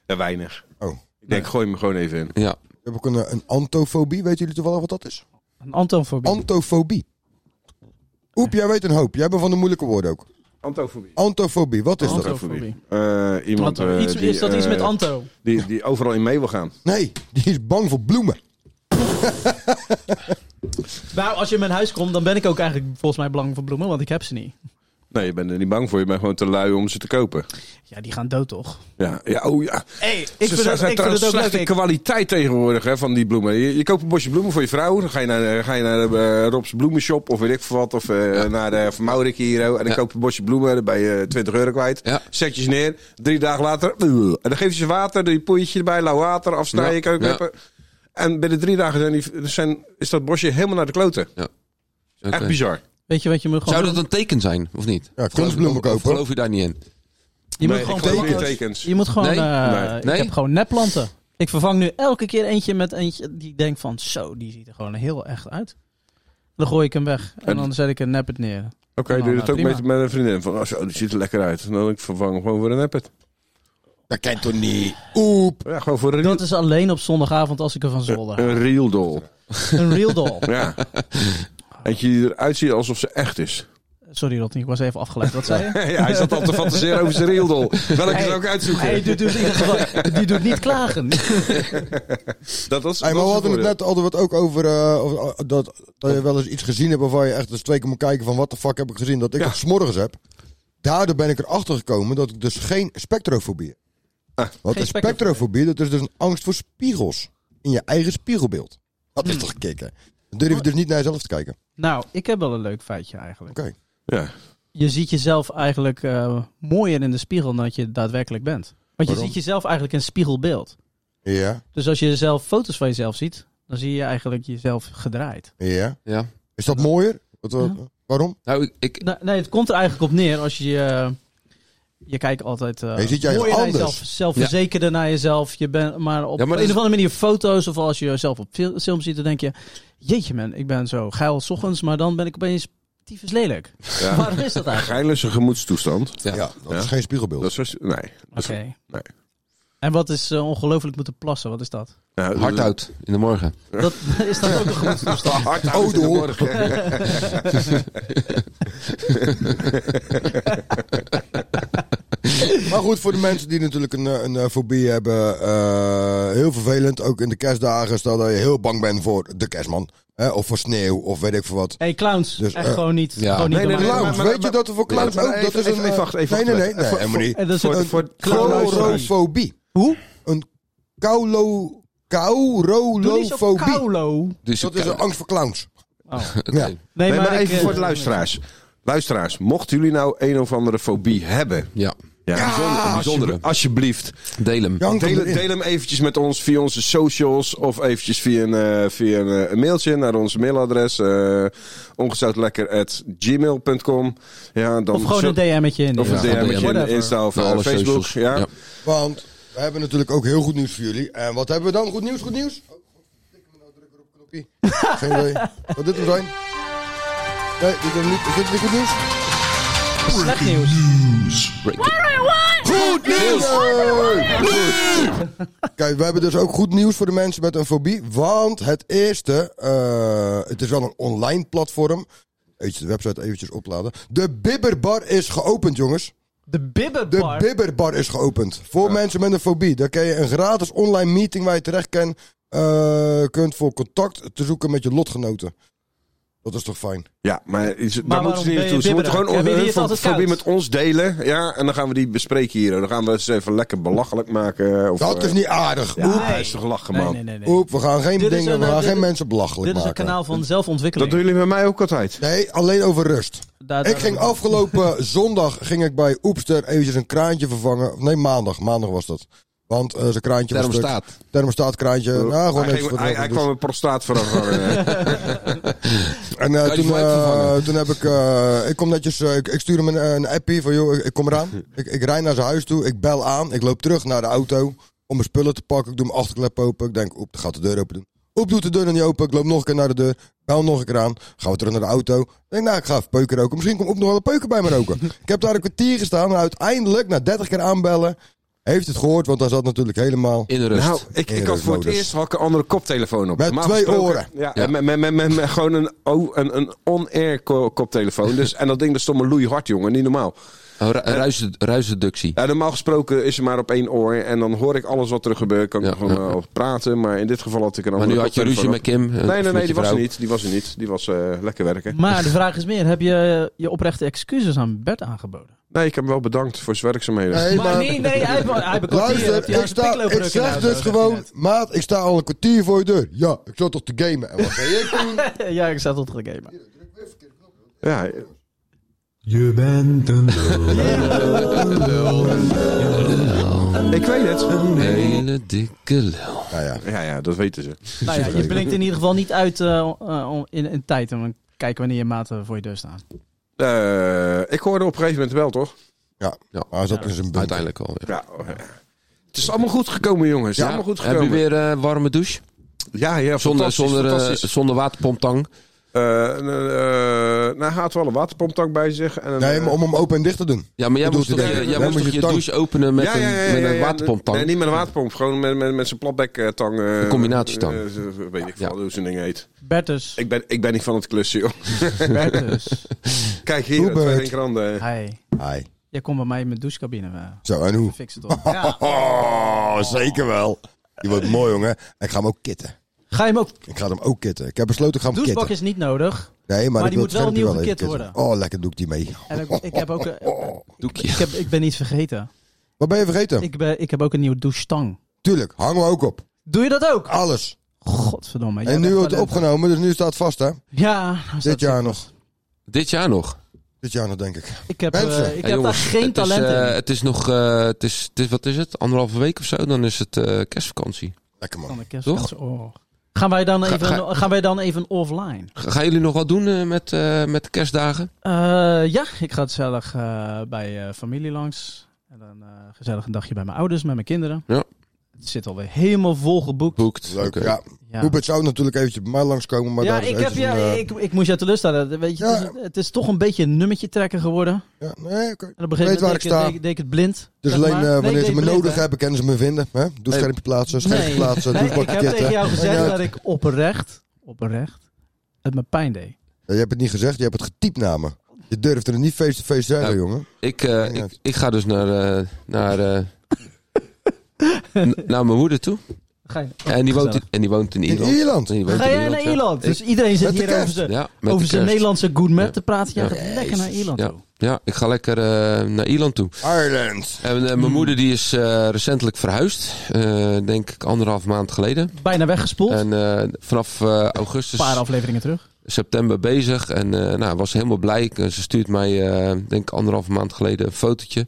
S8: Ja, weinig.
S4: Oh.
S8: Ik denk, gooi me gewoon even in.
S7: Ja.
S4: Ik heb ook een, eh, een antofobie. Weten jullie toevallig wat dat is?
S3: Een antofobie.
S4: Antofobie. Oep, jij weet een hoop. Jij bent van de moeilijke woorden ook.
S8: Antofobie.
S4: Antofobie, wat is
S8: Antofobie. Eh, iemand,
S3: Anto.
S8: eh,
S3: Iets-
S8: die,
S3: is dat iets
S8: eh,
S3: met Anto?
S8: Die, die overal in mee wil gaan.
S4: dat? Nee, die is bang voor bloemen.
S3: Nou, als je in mijn huis komt, dan ben ik ook eigenlijk volgens mij belang voor bloemen, want ik heb ze niet.
S8: Nee, je bent er niet bang voor. Je bent gewoon te lui om ze te kopen.
S3: Ja, die gaan dood toch?
S8: Ja, ja oh ja.
S3: Hey, ik
S8: ze
S3: vind
S8: zijn
S3: het- ik vind
S8: trouwens
S3: het ook
S8: slechte
S3: leuk, ik-
S8: kwaliteit tegenwoordig hè, van die bloemen. Je, je koopt een bosje bloemen voor je vrouw. Dan ga je naar, eh, ga je naar eh, Rob's bloemenshop of weet ik veel wat. Of eh, naar de Van Maurik hier. oh, En dan koop je een bosje bloemen. Dan ben je 20 euro kwijt. Zet je ze neer. Drie dagen later. uh, en dan geef je ze water. Doe je poeiertje erbij. Lauw water. Afsnijden.
S7: Ja,
S8: keukenwerpen. En binnen drie dagen zijn die, zijn, is dat bosje helemaal naar de kloten. Echt
S7: Oké.
S8: bizar.
S3: Weet je wat je moet gewoon
S7: eh, Zou
S3: doen?
S7: dat een teken zijn, of niet?
S4: Ja, kunstbloemen
S7: Geloof- of
S4: kopen.
S7: Geloof je daar niet in?
S3: Je
S7: Nee,
S3: moet
S7: ik
S3: gewoon
S7: geloof
S3: gewoon-
S7: niet in tekens.
S3: Je moet gewoon.
S7: Nee?
S3: eh,
S7: Nee.
S3: Ik
S7: Nee?
S3: heb gewoon nepplanten. Ik vervang nu elke keer eentje met eentje die ik denk van zo, die ziet er gewoon heel echt uit. Dan gooi ik hem weg. En dan zet ik een neppet neer. Oké,
S8: Oké, doe je
S3: nou,
S8: dat ook met, met een vriendin? Van, oh, zo, die ziet er lekker uit. Nou, ik vervang hem gewoon voor een appet.
S4: Dat kent toch niet? Oep.
S8: Ja, gewoon voor een
S3: Dat is alleen op zondagavond als ik ervan zolder.
S8: Een real doll.
S3: Een real doll.
S8: Ja. Eentje die eruit ziet alsof ze echt is.
S3: Sorry Rodney, ik was even afgeleid. Wat zei je?
S8: ja, hij zat al te fantaseren over zijn real doll. Welke ze ook uitzoeken.
S3: Hey, die, doet in ieder geval- die doet niet klagen.
S8: dat was,
S4: Hey, maar we
S8: dat
S4: hadden
S8: is
S4: het
S8: voordeel.
S4: net altijd wat ook over eh, over, eh, dat, dat je wel eens iets gezien hebt waarvan je echt eens twee keer moet kijken van wat de fuck heb ik gezien, dat ik dat s'morgens heb. Daardoor ben ik erachter gekomen dat ik dus geen spectrofobie heb. Wat
S1: Geen
S4: is spectrofobie? Dat is dus een angst voor spiegels in je eigen spiegelbeeld. Dat is toch kicken? Dan durf je dus niet naar jezelf te kijken.
S3: Nou, ik heb wel een leuk feitje eigenlijk.
S4: Oké.
S8: Ja.
S3: Je ziet jezelf eigenlijk eh, mooier in de spiegel dan dat je daadwerkelijk bent. Want je
S4: Waarom?
S3: ziet jezelf eigenlijk in spiegelbeeld.
S4: Ja,
S3: Dus als je zelf foto's van jezelf ziet, dan zie je eigenlijk jezelf gedraaid.
S4: ja.
S7: Ja.
S4: Is dat mooier? Wat, wat- Waarom?
S7: Nou, ik, ik,
S3: Nou, nee, het komt er eigenlijk op neer als je eh, je kijkt altijd eh
S4: Je ziet jij
S3: mooier naar
S4: anders.
S3: jezelf, zelfverzekerder naar jezelf. Je bent maar op
S7: Ja, maar dat
S3: een
S8: dus
S3: of
S7: is-
S3: andere manier foto's of als je jezelf op fil- film ziet, dan denk je, jeetje man, ik ben zo geil 's ochtends, maar dan ben ik opeens tyfus lelijk.
S8: Ja.
S3: Waarom is dat eigenlijk?
S8: Geil is een gemoedstoestand.
S7: Ja,
S4: dat is geen spiegelbeeld.
S8: Dat is, nee. Dat is-
S3: Oké.
S8: nee.
S3: En wat is eh, ongelooflijk moeten plassen? Wat is dat?
S8: Nou,
S7: Hard uit in de morgen.
S3: Dat is dat ook een gemoedstoestand.
S8: Hard uit in de
S4: Odor. Maar goed, voor de mensen die natuurlijk een, eh, een eh, fobie hebben, eh, heel vervelend. Ook in de kerstdagen, stel dat je heel bang bent voor de kerstman. Hè, of voor sneeuw, of weet ik veel wat.
S3: hey, clowns,
S4: Dus,
S3: echt
S4: eh,
S3: gewoon niet.
S7: ja.
S3: Gewoon niet
S8: Nee, nee,
S3: normaal.
S8: nee,
S4: Clowns,
S8: maar-
S4: weet je
S8: maar-
S4: dat er voor clowns
S8: Nee,
S4: ook...
S8: maar
S4: dat
S8: even-
S4: is een,
S8: even-
S4: eh,
S8: wacht, even,
S4: Nee, nee,
S8: wacht,
S4: nee, nee,
S8: wacht.
S4: helemaal niet.
S3: En dat is
S8: Voor-
S4: Een
S8: voor- voor de luisteraars.
S4: Kaurofobie.
S3: Hoe?
S4: Een kaulo...
S3: Doe niet zo Oh.
S4: Kaurolofobie.
S3: kaulo.
S7: Dus
S4: Dat is een angst voor clowns.
S3: Oh.
S4: Ja.
S8: Nee, maar,
S3: ik,
S8: even
S3: eh,
S8: voor de luisteraars. Luisteraars, mochten jullie nou een of andere fobie hebben...
S7: Ja,
S8: Ja, bijzonder-
S7: bijzondere.
S8: alsjeblieft.
S7: deel hem.
S4: Jank hem
S8: Deel,
S4: erin.
S8: deel hem eventjes met ons via onze socials of eventjes via een, eh, via een, eh, een mailtje naar ons mailadres eh ongezoutlekker@gmail.com. Ja, dan
S3: Of gewoon
S8: zo-
S3: een DM'tje in.
S8: of een
S7: Ja, gewoon
S8: DM'tje in
S3: whatever.
S8: de Insta of
S7: Naar
S8: eh,
S7: alle
S8: Facebook.
S7: socials.
S8: Ja.
S7: Ja.
S4: Want we hebben natuurlijk ook heel goed nieuws voor jullie. En wat hebben we dan? Goed nieuws, goed nieuws? Oh, god, tikken we nou drukker op knopje. Geen idee. Wat dit hem zijn? Nee, dit is hem niet. Is dit niet goed nieuws?
S3: Slecht nieuws.
S7: Break it.
S4: Goed nieuws! Kijk, we hebben dus ook goed nieuws voor de mensen met een fobie. Want het eerste, eh, het is wel een online platform. Eventjes de website eventjes opladen. De Bibberbar is geopend, jongens.
S3: De
S4: De
S3: bibberbar.
S4: Bibberbar is geopend. Voor mensen met een fobie. Daar kun je een gratis online meeting waar je terecht kan, eh, kunt voor contact te zoeken met je lotgenoten. Dat is toch fijn?
S8: Ja, maar, is, daar
S3: waarom
S8: moeten ze niet
S3: ben je
S8: naartoe. Ze moeten
S3: bibberig?
S8: gewoon eh,
S3: Hebben jullie
S8: hun
S3: het
S8: fo-
S3: altijd koud?
S8: fobie met ons delen. Ja, en dan gaan we die bespreken hier. Dan gaan we ze even lekker belachelijk maken. eh, Of,
S4: Dat is niet aardig.
S8: Ja,
S4: Oep,
S8: hij is toch lachen, man.
S3: Nee, nee, nee. nee.
S4: Oep, we gaan geen,
S3: Dit is
S4: dingen,
S3: een,
S4: we
S3: eh,
S4: gaan
S3: dit-
S4: geen mensen belachelijk
S3: Dit is een
S4: maken.
S3: kanaal van zelfontwikkeling.
S8: Dat doen jullie bij mij ook altijd.
S4: Nee, alleen over rust.
S3: Daar- daar-
S4: Ik ging afgelopen zondag ging ik bij Oepster eventjes een kraantje vervangen. Of Nee, maandag. Maandag was dat. Want eh zijn kraantje was stuk.
S7: Thermostaat.
S4: Thermostaat kraantje. Nou, gewoon
S8: hij,
S4: even
S8: ging-
S4: wat
S8: hij-
S4: erover
S8: hij
S4: doen.
S8: kwam een prostaat vervangen.
S4: En eh,
S7: Kan je
S4: toen,
S7: die vibe
S4: eh,
S7: vervangen?
S4: toen heb ik... eh, ik kom netjes... eh, ik, ik stuur hem een, een appie van... joh, ik, ik kom eraan. ik, ik rijd naar zijn huis toe. Ik bel aan. Ik loop terug naar de auto. Om mijn spullen te pakken. Ik doe mijn achterklep open. Ik denk... Oep, dan gaat de deur open doen. Oep, doet de deur nog niet open. Ik loop nog een keer naar de deur. Ik Bel hem nog een keer aan. Gaan we terug naar de auto. Ik denk, nou, ik ga even peuken roken. Misschien komt ook nog wel een peuken bij me roken. ik heb daar een kwartier gestaan. En uiteindelijk, na 30 keer aanbellen... Heeft het gehoord, want hij zat natuurlijk helemaal...
S7: In de rust.
S8: nou, ik, ik had voor het
S4: Heerlijk
S8: eerst had ik een andere koptelefoon op.
S4: Met
S8: Normaal
S4: twee
S8: gesproken-
S4: oren.
S8: Ja,
S7: Ja.
S8: en Met, met, met, met, met gewoon een, o- een, een on-air ko- koptelefoon. Dus, en dat ding dat stond me loeihard, jongen. Niet normaal.
S7: Een Oh, ru- ruis- Ruisreductie.
S8: Ja, normaal gesproken is er maar op één oor. En dan hoor ik alles wat er gebeurt. Kan ik
S7: Ja,
S8: gewoon
S7: ja,
S8: eh, praten. Maar in dit geval had ik een
S7: Maar
S8: andere
S7: nu had je ruzie met
S8: koptelefoon
S7: Kim. eh,
S8: op. Nee, nee, nee.
S7: je
S8: Die was er
S7: vrouw.
S8: niet. Die was er niet. Die was eh, lekker werken.
S3: Maar de vraag is meer, heb je je oprechte excuses aan Bert aangeboden?
S8: Nee, ik heb hem wel bedankt voor zijn werkzaamheden.
S4: Nee, maar-
S3: nee, hij, hij
S4: Luister, ik, sta, ik zeg dus gewoon, maat, ik sta al een kwartier voor je deur. Ja, ik zat toch te gamen. En wat zei je toen?
S3: ja, ik zat tot gegamen.
S8: Ja,
S13: Je bent een
S8: ik weet het.
S7: Een hele dikke lul.
S4: Nou ja,
S8: Ja, ja, dat weten ze.
S3: Nou ja, je blinkt in ieder geval niet uit eh, eh, om- in, in tijd. En dan kijken wanneer je maten voor je deur staan.
S8: Eh, ik hoorde op een gegeven moment wel, toch?
S4: ja.
S7: Ja.
S4: Maar hij zat dus in zijn bunker.
S7: Uiteindelijk al. Ja.
S8: Ja. Het is allemaal goed gekomen, jongens.
S4: Ja,
S8: allemaal goed
S7: Heb je
S8: gekomen.
S7: weer eh warme douche?
S8: Ja, ja,
S7: Zonder,
S8: fantastisch,
S7: zonder, eh,
S8: fantastisch.
S7: zonder waterpomptang.
S8: eh, een, eh, eh, nou, hij had wel een waterpomptank bij zich. En een, eh,
S4: Nee, maar om hem open en dicht te doen.
S7: Ja, maar jij
S4: Dat
S7: moest
S4: doet
S7: toch
S4: hij
S7: je,
S4: denk ik.
S7: jij
S4: Dan
S7: moest
S4: moet
S7: toch je
S4: tank-
S7: douche openen met een, met een waterpomptank?
S8: Nee, niet met een waterpomp. Gewoon met, met, met zijn platbektank. eh,
S7: Een combinatietank.
S8: eh, eh, weet ik veel hoe zo'n ding heet.
S3: Bertus.
S8: Ik ben, ik ben niet van het klussen, joh.
S3: Bertus.
S8: Kijk hier,
S4: Hubert.
S8: twee granden.
S3: Hi.
S4: Hi.
S3: Jij komt bij mij in mijn douchecabine. maar
S4: Zo, en hoe?
S3: Fix het op. Ja.
S4: Oh, zeker wel. Die wordt mooi, jongen. En ik ga hem ook kitten.
S3: Ga je hem ook...
S4: Ik ga hem ook kitten. Ik heb besloten, ik ga hem
S3: Douchebak
S4: kitten.
S3: is niet nodig.
S4: Nee, maar,
S3: maar
S4: ik wil
S3: die
S4: het
S3: moet wel
S4: schermpje
S3: opnieuw
S4: even
S3: gekit
S4: kitten. Oh, lekker doe ik die mee.
S3: En ik, ik heb ook... eh, eh, ik, ik heb, ik ben niet vergeten.
S4: Wat ben je vergeten?
S3: Ik, ben, ik heb ook een nieuwe douchestang.
S4: Tuurlijk, hangen we ook op.
S3: Doe je dat ook?
S4: Alles.
S3: Godverdomme. jij
S4: en nu
S3: bent
S4: wordt het
S3: talent.
S4: opgenomen, dus nu staat het vast, hè?
S3: Ja. nou staat
S4: Dit
S3: het-
S4: jaar nog.
S7: Dit jaar nog?
S4: Dit jaar nog, denk ik.
S3: Ik heb,
S4: Mensen.
S3: eh, ik heb daar geen
S7: het is,
S3: talent
S7: eh,
S3: in.
S7: Het is nog, eh, het is, het is, wat is het? Anderhalve week of zo, dan is het eh, kerstvakantie.
S4: Lekker
S3: Van de
S7: man. Toch?
S3: kerstvakantie. Oh. Gaan, wij dan
S7: Ga-
S3: even,
S7: ga-
S3: gaan wij dan even offline?
S7: Ga- Gaan jullie nog wat doen eh, met, eh, met de kerstdagen?
S3: Eh, ja, ik ga gezellig eh, bij eh, familie langs. En dan eh, gezellig een dagje bij mijn ouders, met mijn kinderen.
S7: Ja.
S3: Het zit alweer helemaal vol geboekt.
S7: Boekt.
S4: Leuk,
S7: Oké.
S4: ja.
S3: Ja.
S4: Hubert zou natuurlijk eventjes bij mij langskomen, maar
S3: ja,
S4: daar is
S3: ik, heb,
S4: eventjes
S3: ja
S4: een, eh,
S3: ik, ik moest je teleurstellen. Weet je, het, is, het is toch een beetje een nummertje trekken geworden.
S4: Ja, nee, oké.
S3: En op
S4: Weet
S3: een
S4: waar
S3: gegeven
S4: ik
S3: moment deed ik,
S4: sta.
S3: deed ik- deed ik het blind.
S4: Dus
S3: zeg
S4: alleen
S3: maar.
S4: eh,
S3: Nee, ik
S4: wanneer
S3: deed
S4: ze me
S3: het blind,
S4: nodig
S3: hè.
S4: hebben, kennen ze me vinden. Hè? Doe schermpje plaatsen, schermpje
S3: Nee.
S4: plaatsen,
S3: Nee,
S4: eh, doe
S3: ik
S4: bakje
S3: heb tegen jou gezegd
S4: Ja,
S3: dat ik oprecht, oprecht, het me pijn deed.
S4: Je hebt het niet gezegd, je hebt het getypt naar me. Je durfde het niet face-to-face te zeggen,
S7: Ja.
S4: jongen.
S7: Ik, eh, ik, ik ga dus naar, eh, naar, eh, n- naar mijn moeder toe.
S3: Ga je-
S7: En die woont in,
S3: Oh, Gezellig.
S7: en die woont in Ierland.
S4: Ierland?
S7: En die woont
S3: Ga
S7: in
S3: jij naar
S7: ja.
S3: Ierland?
S7: Ik-
S3: Dus iedereen zit
S7: Met de
S3: hier over
S7: kerst.
S3: zijn,
S7: Ja, met
S3: over
S7: de
S3: zijn
S7: kerst.
S3: Nederlandse good map
S7: Ja.
S3: te praten. Jij
S7: Ja.
S3: gaat lekker naar Ierland
S7: Ja,
S3: toe.
S7: ja, ik ga lekker eh, naar Ierland toe.
S4: Ireland.
S7: En eh,
S3: Hmm.
S7: mijn moeder die is eh, recentelijk verhuisd. Eh, denk ik anderhalf maand geleden.
S3: Bijna weggespoeld.
S7: En eh, vanaf eh,
S3: Een
S7: augustus,
S3: paar afleveringen terug.
S7: september bezig. En eh, nou, was helemaal blij. Ik, eh, Ze stuurt mij, eh, denk ik anderhalf maand geleden, een fotootje.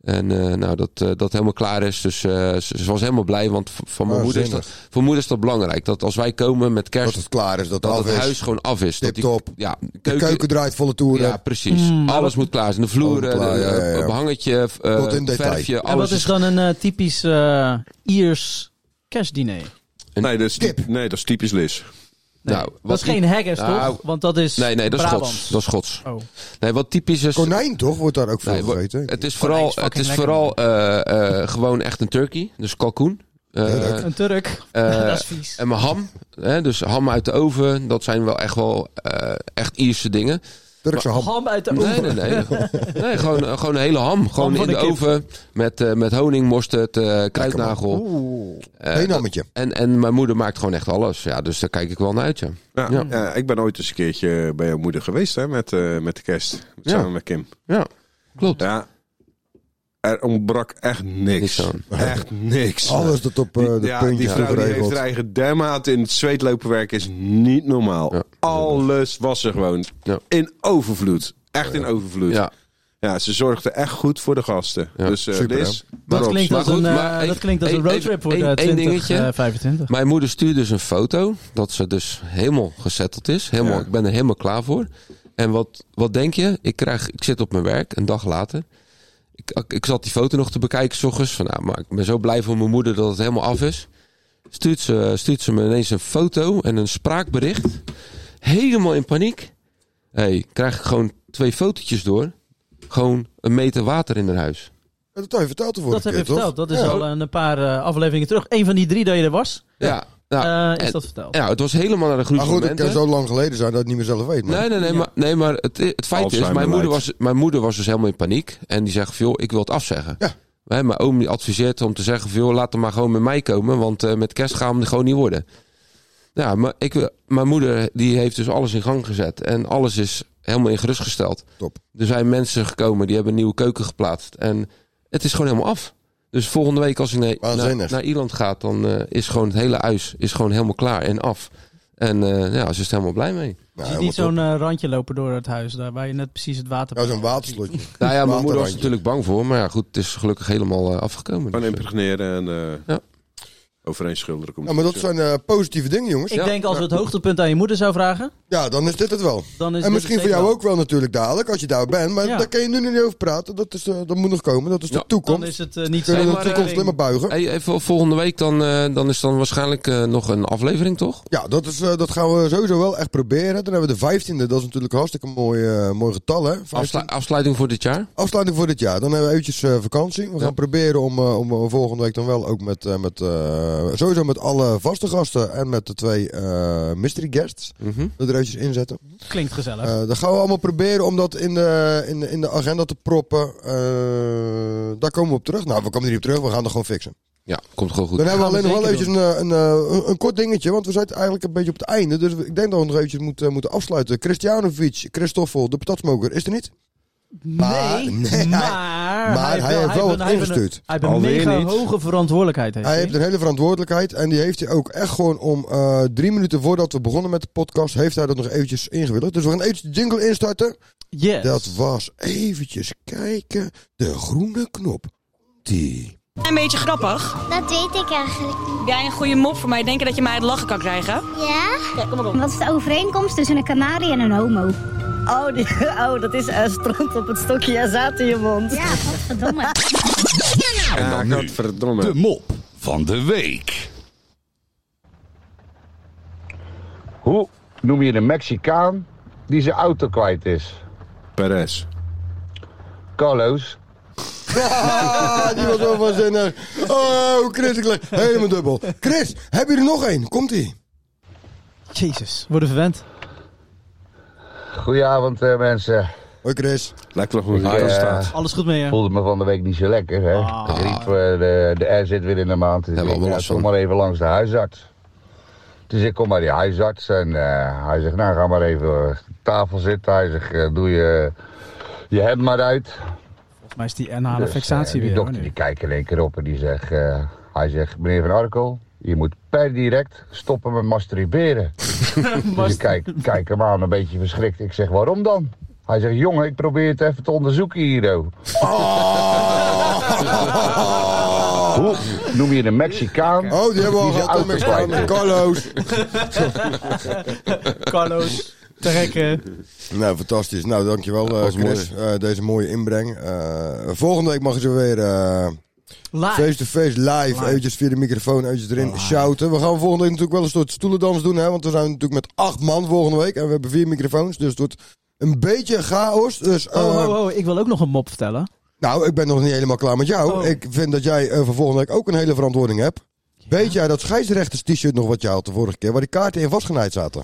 S7: En eh, nou, dat, eh, dat helemaal klaar is. Dus eh, ze, ze was helemaal blij. Want v- voor mijn, moeder is dat,
S4: Waanzinnig.
S7: voor moeder is dat belangrijk. Dat als wij komen met kerst...
S4: Ah, Dat het klaar is, dat,
S7: dat
S4: het af
S7: het
S4: is.
S7: huis gewoon af is. Dat die-
S4: Tip-top.
S7: Ja,
S4: De keuken draait volle toeren.
S7: ja, precies.
S3: Hmm.
S7: alles moet klaar zijn. De vloer,
S4: Alles klaar,
S7: eh,
S4: ja, ja, ja.
S7: een behangetje, v- eh,
S4: Tot in detail.
S7: verfje,
S3: en
S7: alles
S3: wat is dan een eh, typisch eh, Iers kerstdiner?
S8: Nee, dat is, typ- nee, dat is typisch Lis.
S7: Nou,
S3: Dat
S7: wat
S3: is geen
S7: die-
S3: haggis,
S7: Nou,
S3: toch? Want dat is
S7: Nee, nee, dat is
S3: Brabant.
S7: Gods. Dat is Gods.
S3: Oh.
S7: Nee, wat typisch is...
S4: Konijn toch, wordt daar ook veel
S7: Nee, wa-
S4: gegeten.
S7: het is vooral, het is vooral eh, eh, gewoon echt een turkey. Dus kalkoen. Eh,
S3: Een Turk.
S7: eh,
S3: dat is vies.
S7: En mijn ham. Hè, dus ham uit de oven. Dat zijn wel echt wel eh, echt Ierse dingen.
S4: Turkse ham.
S3: Ham uit de
S7: Nee,
S3: oven.
S7: nee, nee. nee gewoon, eh, gewoon een hele ham. Gewoon
S3: van
S7: in
S3: de
S7: de,
S3: kip.
S7: oven. Met, eh, met honing, mosterd, eh kruidnagel.
S4: Oeh.
S7: Eh,
S4: Eén
S7: dat-
S4: hammetje.
S7: en, en mijn moeder maakt gewoon echt alles. Ja, dus daar kijk ik wel naar uit, ja.
S8: Ja, ja, ik ben ooit eens een keertje bij jouw moeder geweest hè, met, eh, met de kerst. Samen met Kim.
S7: Ja, klopt.
S8: Ja, er ontbrak echt niks. echt niks.
S4: Alles dat op eh, de
S8: ja, die
S4: puntjes
S8: vrouw die heeft
S4: geregeld.
S8: er eigen dermate in het zweet lopen werken is niet normaal. Alles was er gewoon in overvloed. Echt in overvloed.
S7: Ja.
S8: Ja, ze zorgde echt goed voor de gasten. Dus eh
S7: Super,
S8: Liz,
S7: hè?
S3: Dat
S8: props.
S3: klinkt als
S7: Maar
S3: een,
S7: goed,
S3: eh,
S7: maar
S3: dat
S7: even-
S3: klinkt als een
S7: even-
S3: roadtrip voor
S7: één-
S3: de
S7: één
S3: 20,
S7: dingetje.
S3: eh, 25.
S7: Mijn moeder stuurt dus een foto dat ze dus helemaal gezetteld is. Helemaal, Ik ben er helemaal klaar voor. En wat, wat denk je? Ik, krijg, ik zit op mijn werk een dag later. Ik, ik, ik zat die foto nog te bekijken, s ochtends. Van, nou, maar ik ben zo blij voor mijn moeder dat het helemaal af is. Stuurt ze, stuurt ze me ineens een foto en een spraakbericht. Helemaal in paniek. Hé, hey, krijg ik gewoon twee fotootjes door. Gewoon een meter water in haar huis.
S4: Dat heb je verteld de vorige
S3: Dat heb je
S4: keer, toch?
S3: verteld. Dat is
S4: Ja.
S3: al een paar eh, afleveringen terug. Eén van die drie dat je er was.
S7: Ja. nou,
S3: Eh, is
S7: en-
S3: dat verteld?
S7: Ja, het was helemaal naar de groep
S4: Maar goed, het kan zo lang geleden zijn dat ik het niet meer zelf weet. man.
S7: Nee, nee, nee, maar, nee, maar het, het feit is,
S4: Alzheimer
S7: mijn moeder,
S4: lijkt.
S7: was, mijn moeder was dus helemaal in paniek. En die zegt, joh, ik wil het afzeggen. Hè, mijn oom die adviseert om te zeggen, joh, laat hem maar gewoon met mij komen. Want eh, met kerst gaan we er gewoon niet worden. Ja, maar ik, wil- mijn moeder die heeft dus alles in gang gezet. En alles is helemaal in gerustgesteld.
S4: Top.
S7: Er zijn mensen gekomen, die hebben een nieuwe keuken geplaatst. En het is gewoon helemaal af. Dus volgende week als ik naar, naar,
S4: Waanzinnig.
S7: naar Ierland ga, dan eh, is gewoon het hele huis is gewoon helemaal klaar en af. En eh, ja, ze is er helemaal blij mee.
S3: Je ziet niet zo'n eh, randje lopen door het huis, daar waar je net precies het water
S4: Ja, zo'n waterslotje.
S7: Nou ja, mijn moeder was
S4: Waterrandje.
S8: Oh,
S7: natuurlijk bang voor, maar ja, goed, het is gelukkig helemaal eh, afgekomen.
S8: Van
S7: Dus, eh,
S8: impregneren en... eh,
S7: Ja.
S8: overeen schilderen. komt
S4: Ja, maar dat
S8: goed,
S4: zijn eh, positieve dingen, jongens.
S3: Ik denk als we het hoogtepunt aan je moeder zou vragen.
S4: Ja, dan is dit het wel.
S3: Dan is
S4: en
S3: Dus dit
S4: misschien
S3: het
S4: voor jou
S3: zeker
S4: ook wel natuurlijk dadelijk, als je daar bent. Maar
S3: Ja.
S4: daar kan je nu niet over praten. Dat, is, eh, dat moet nog komen. Dat is de toekomst.
S3: Dan is het eh, niet
S4: Kunnen we
S3: zo.
S4: de toekomst alleen maar buigen.
S7: eh, Hey, even volgende week dan, eh, dan is dan waarschijnlijk eh, nog een aflevering, toch?
S4: Ja, dat, is, eh, dat gaan we sowieso wel echt proberen. Dan hebben we de 15e. Dat is natuurlijk een hartstikke mooi, eh, mooi getal, hè? 15e.
S7: Afslu- afsluiting voor dit jaar.
S4: Afsluiting voor dit jaar. Dan hebben we eventjes eh, vakantie. We gaan proberen om, eh, om eh, volgende week dan wel ook met, eh, met eh, sowieso met alle vaste gasten en met de twee eh, mystery guests dat er eventjes inzetten.
S3: Klinkt gezellig.
S4: Eh dat gaan we allemaal proberen om dat in de, in de, in de agenda te proppen. Eh, daar komen we op terug. Nou, we komen er niet op terug. We gaan dat gewoon fixen.
S7: Ja, komt gewoon goed.
S4: Dan hebben we
S7: Gaan
S4: alleen nog wel
S7: zeker
S4: eventjes een, eh, een, eh, een, een kort dingetje, want we zijn eigenlijk een beetje op het einde. Dus ik denk dat we nog eventjes moeten, moeten afsluiten. Christianovic, Christoffel, de patatsmoker, is er niet?
S3: Nee, maar,
S4: maar hij heeft wel wat
S3: hij heeft
S4: ingestuurd.
S3: een- Hij heeft een
S4: Alweer
S3: mega
S4: niet.
S3: hoge verantwoordelijkheid. Heeft
S4: Hij heeft een hele verantwoordelijkheid en die heeft hij ook echt gewoon om eh, drie minuten voordat we begonnen met de podcast, heeft hij dat nog eventjes ingewilligd. Dus we gaan eventjes de jingle instarten.
S3: Yes.
S4: Dat was eventjes kijken, de groene knop. Die.
S14: Een beetje grappig. Dat weet ik eigenlijk niet. Heb jij een goede mop voor mij? Denken dat je mij het lachen kan krijgen?
S15: Ja? Wat is de overeenkomst tussen een kanarie en een homo?
S16: Oh, die, oh dat is eh, stront op het stokje zaad in je mond. Ja, godverdomme.
S8: En dan godverdomme.
S13: De mop van de week.
S17: Hoe noem je een Mexicaan die zijn auto kwijt is?
S8: Perez.
S17: Carlos.
S4: Ah, die was wel waanzinnig. Oh, Chris, ik leg helemaal dubbel. Chris, hebben jullie nog één? Komt-ie.
S3: Jezus, worden verwend.
S17: Goedenavond eh, mensen.
S4: Hoi Chris.
S8: Lekker
S17: hoe
S3: je Ah. kast staat. Alles goed mee, hè?
S17: voelde me van de week niet zo lekker. Hè? Ik riep, eh, de, de R zit weer in de maand. Dus ik dacht, kom maar even langs de huisarts. Dus ik kom bij die huisarts en eh, hij zegt, nou ga maar even eh, aan tafel zitten. Hij zegt, eh, doe je, je hemd maar uit.
S3: Volgens mij is die anale
S17: Dus, eh,
S3: fixatie
S17: die
S3: weer. hoor,
S17: dokter
S3: nu.
S17: die kijkt in één keer op en die zegt, eh, hij zegt, meneer Van Arkel, je moet per direct stoppen met masturberen. dus ik kijk, kijk hem aan, een beetje verschrikt. Ik zeg, waarom dan? Hij zegt, jongen, ik probeer het even te onderzoeken hier. oh." Hoe noem je een Mexicaan?
S4: Oh, die hebben we al
S17: zijn
S4: gehad. de
S17: auto kwijt
S4: Mexicaan. Carlos.
S17: is?
S3: Carlos, trekken.
S4: Nou, fantastisch. Nou, dankjewel eh,
S7: was
S4: Chris. eh, deze mooie inbreng. Eh, volgende week mag je zo weer... eh,
S3: Ah.
S4: Face-to-face, live, eventjes via de microfoon, eventjes erin shouten. We gaan volgende week natuurlijk wel een soort stoelendans doen, hè. Want we zijn natuurlijk met acht man volgende week. En we hebben vier microfoons, dus het wordt een beetje chaos. Dus,
S3: Oh,
S4: eh,
S3: oh, oh, ik wil ook nog een mop vertellen.
S4: Nou, ik ben nog niet helemaal klaar met jou.
S3: Oh.
S4: Ik vind dat jij eh, voor volgende week ook een hele verantwoording hebt. Weet jij dat scheidsrechters-t-shirt nog wat je had de vorige keer, waar die kaarten in vastgenaaid zaten?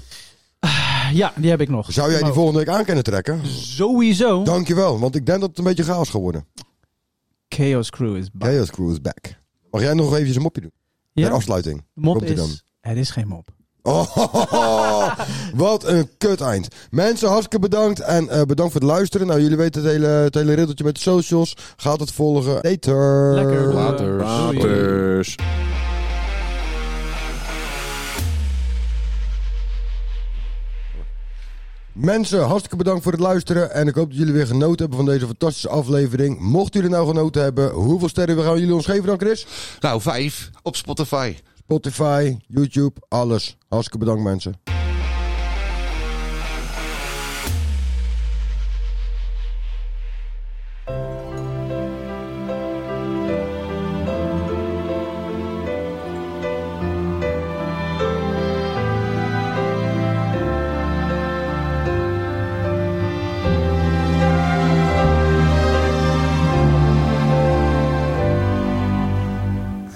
S3: Ja, die heb ik nog.
S4: Zou jij die
S3: Maar
S4: volgende week aan kunnen trekken?
S3: Mhm. Sowieso.
S4: Dankjewel, want ik denk dat het een beetje chaos gaat worden.
S3: Chaos Crew is back.
S4: Chaos Crew is back. Mag jij nog eventjes een mopje doen?
S3: Ja.
S4: Ter afsluiting.
S3: Mop
S4: Komt-ie
S3: is... Het is geen mop.
S4: Oh, wat een kut eind. Mensen, hartstikke bedankt. En eh, bedankt voor het luisteren. Nou, jullie weten het hele, het hele riddeltje met de socials. Gaat het volgen. Later.
S3: eh,
S8: Lekker.
S7: Later.
S8: Paters.
S4: Mensen, hartstikke bedankt voor het luisteren. En ik hoop dat jullie weer genoten hebben van deze fantastische aflevering. Mochten jullie nou genoten hebben, hoeveel sterren gaan jullie ons geven dan, Chris?
S18: Nou, vijf op Spotify.
S4: Spotify, YouTube, alles. Hartstikke bedankt, mensen.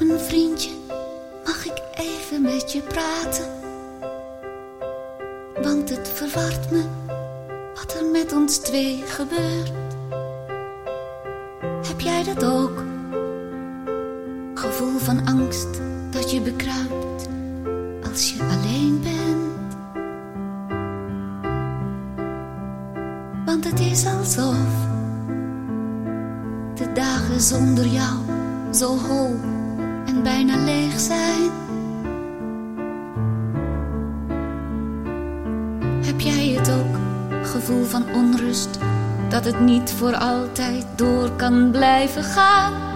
S19: Mijn vriendje, mag ik even met je praten? Want het verwart me wat er met ons twee gebeurt. Heb jij dat ook? Gevoel van angst dat je bekruipt als je alleen bent. Want het is alsof de dagen zonder jou zo hol en bijna leeg zijn. Heb jij het ook, gevoel van onrust, dat het niet voor altijd door kan blijven gaan?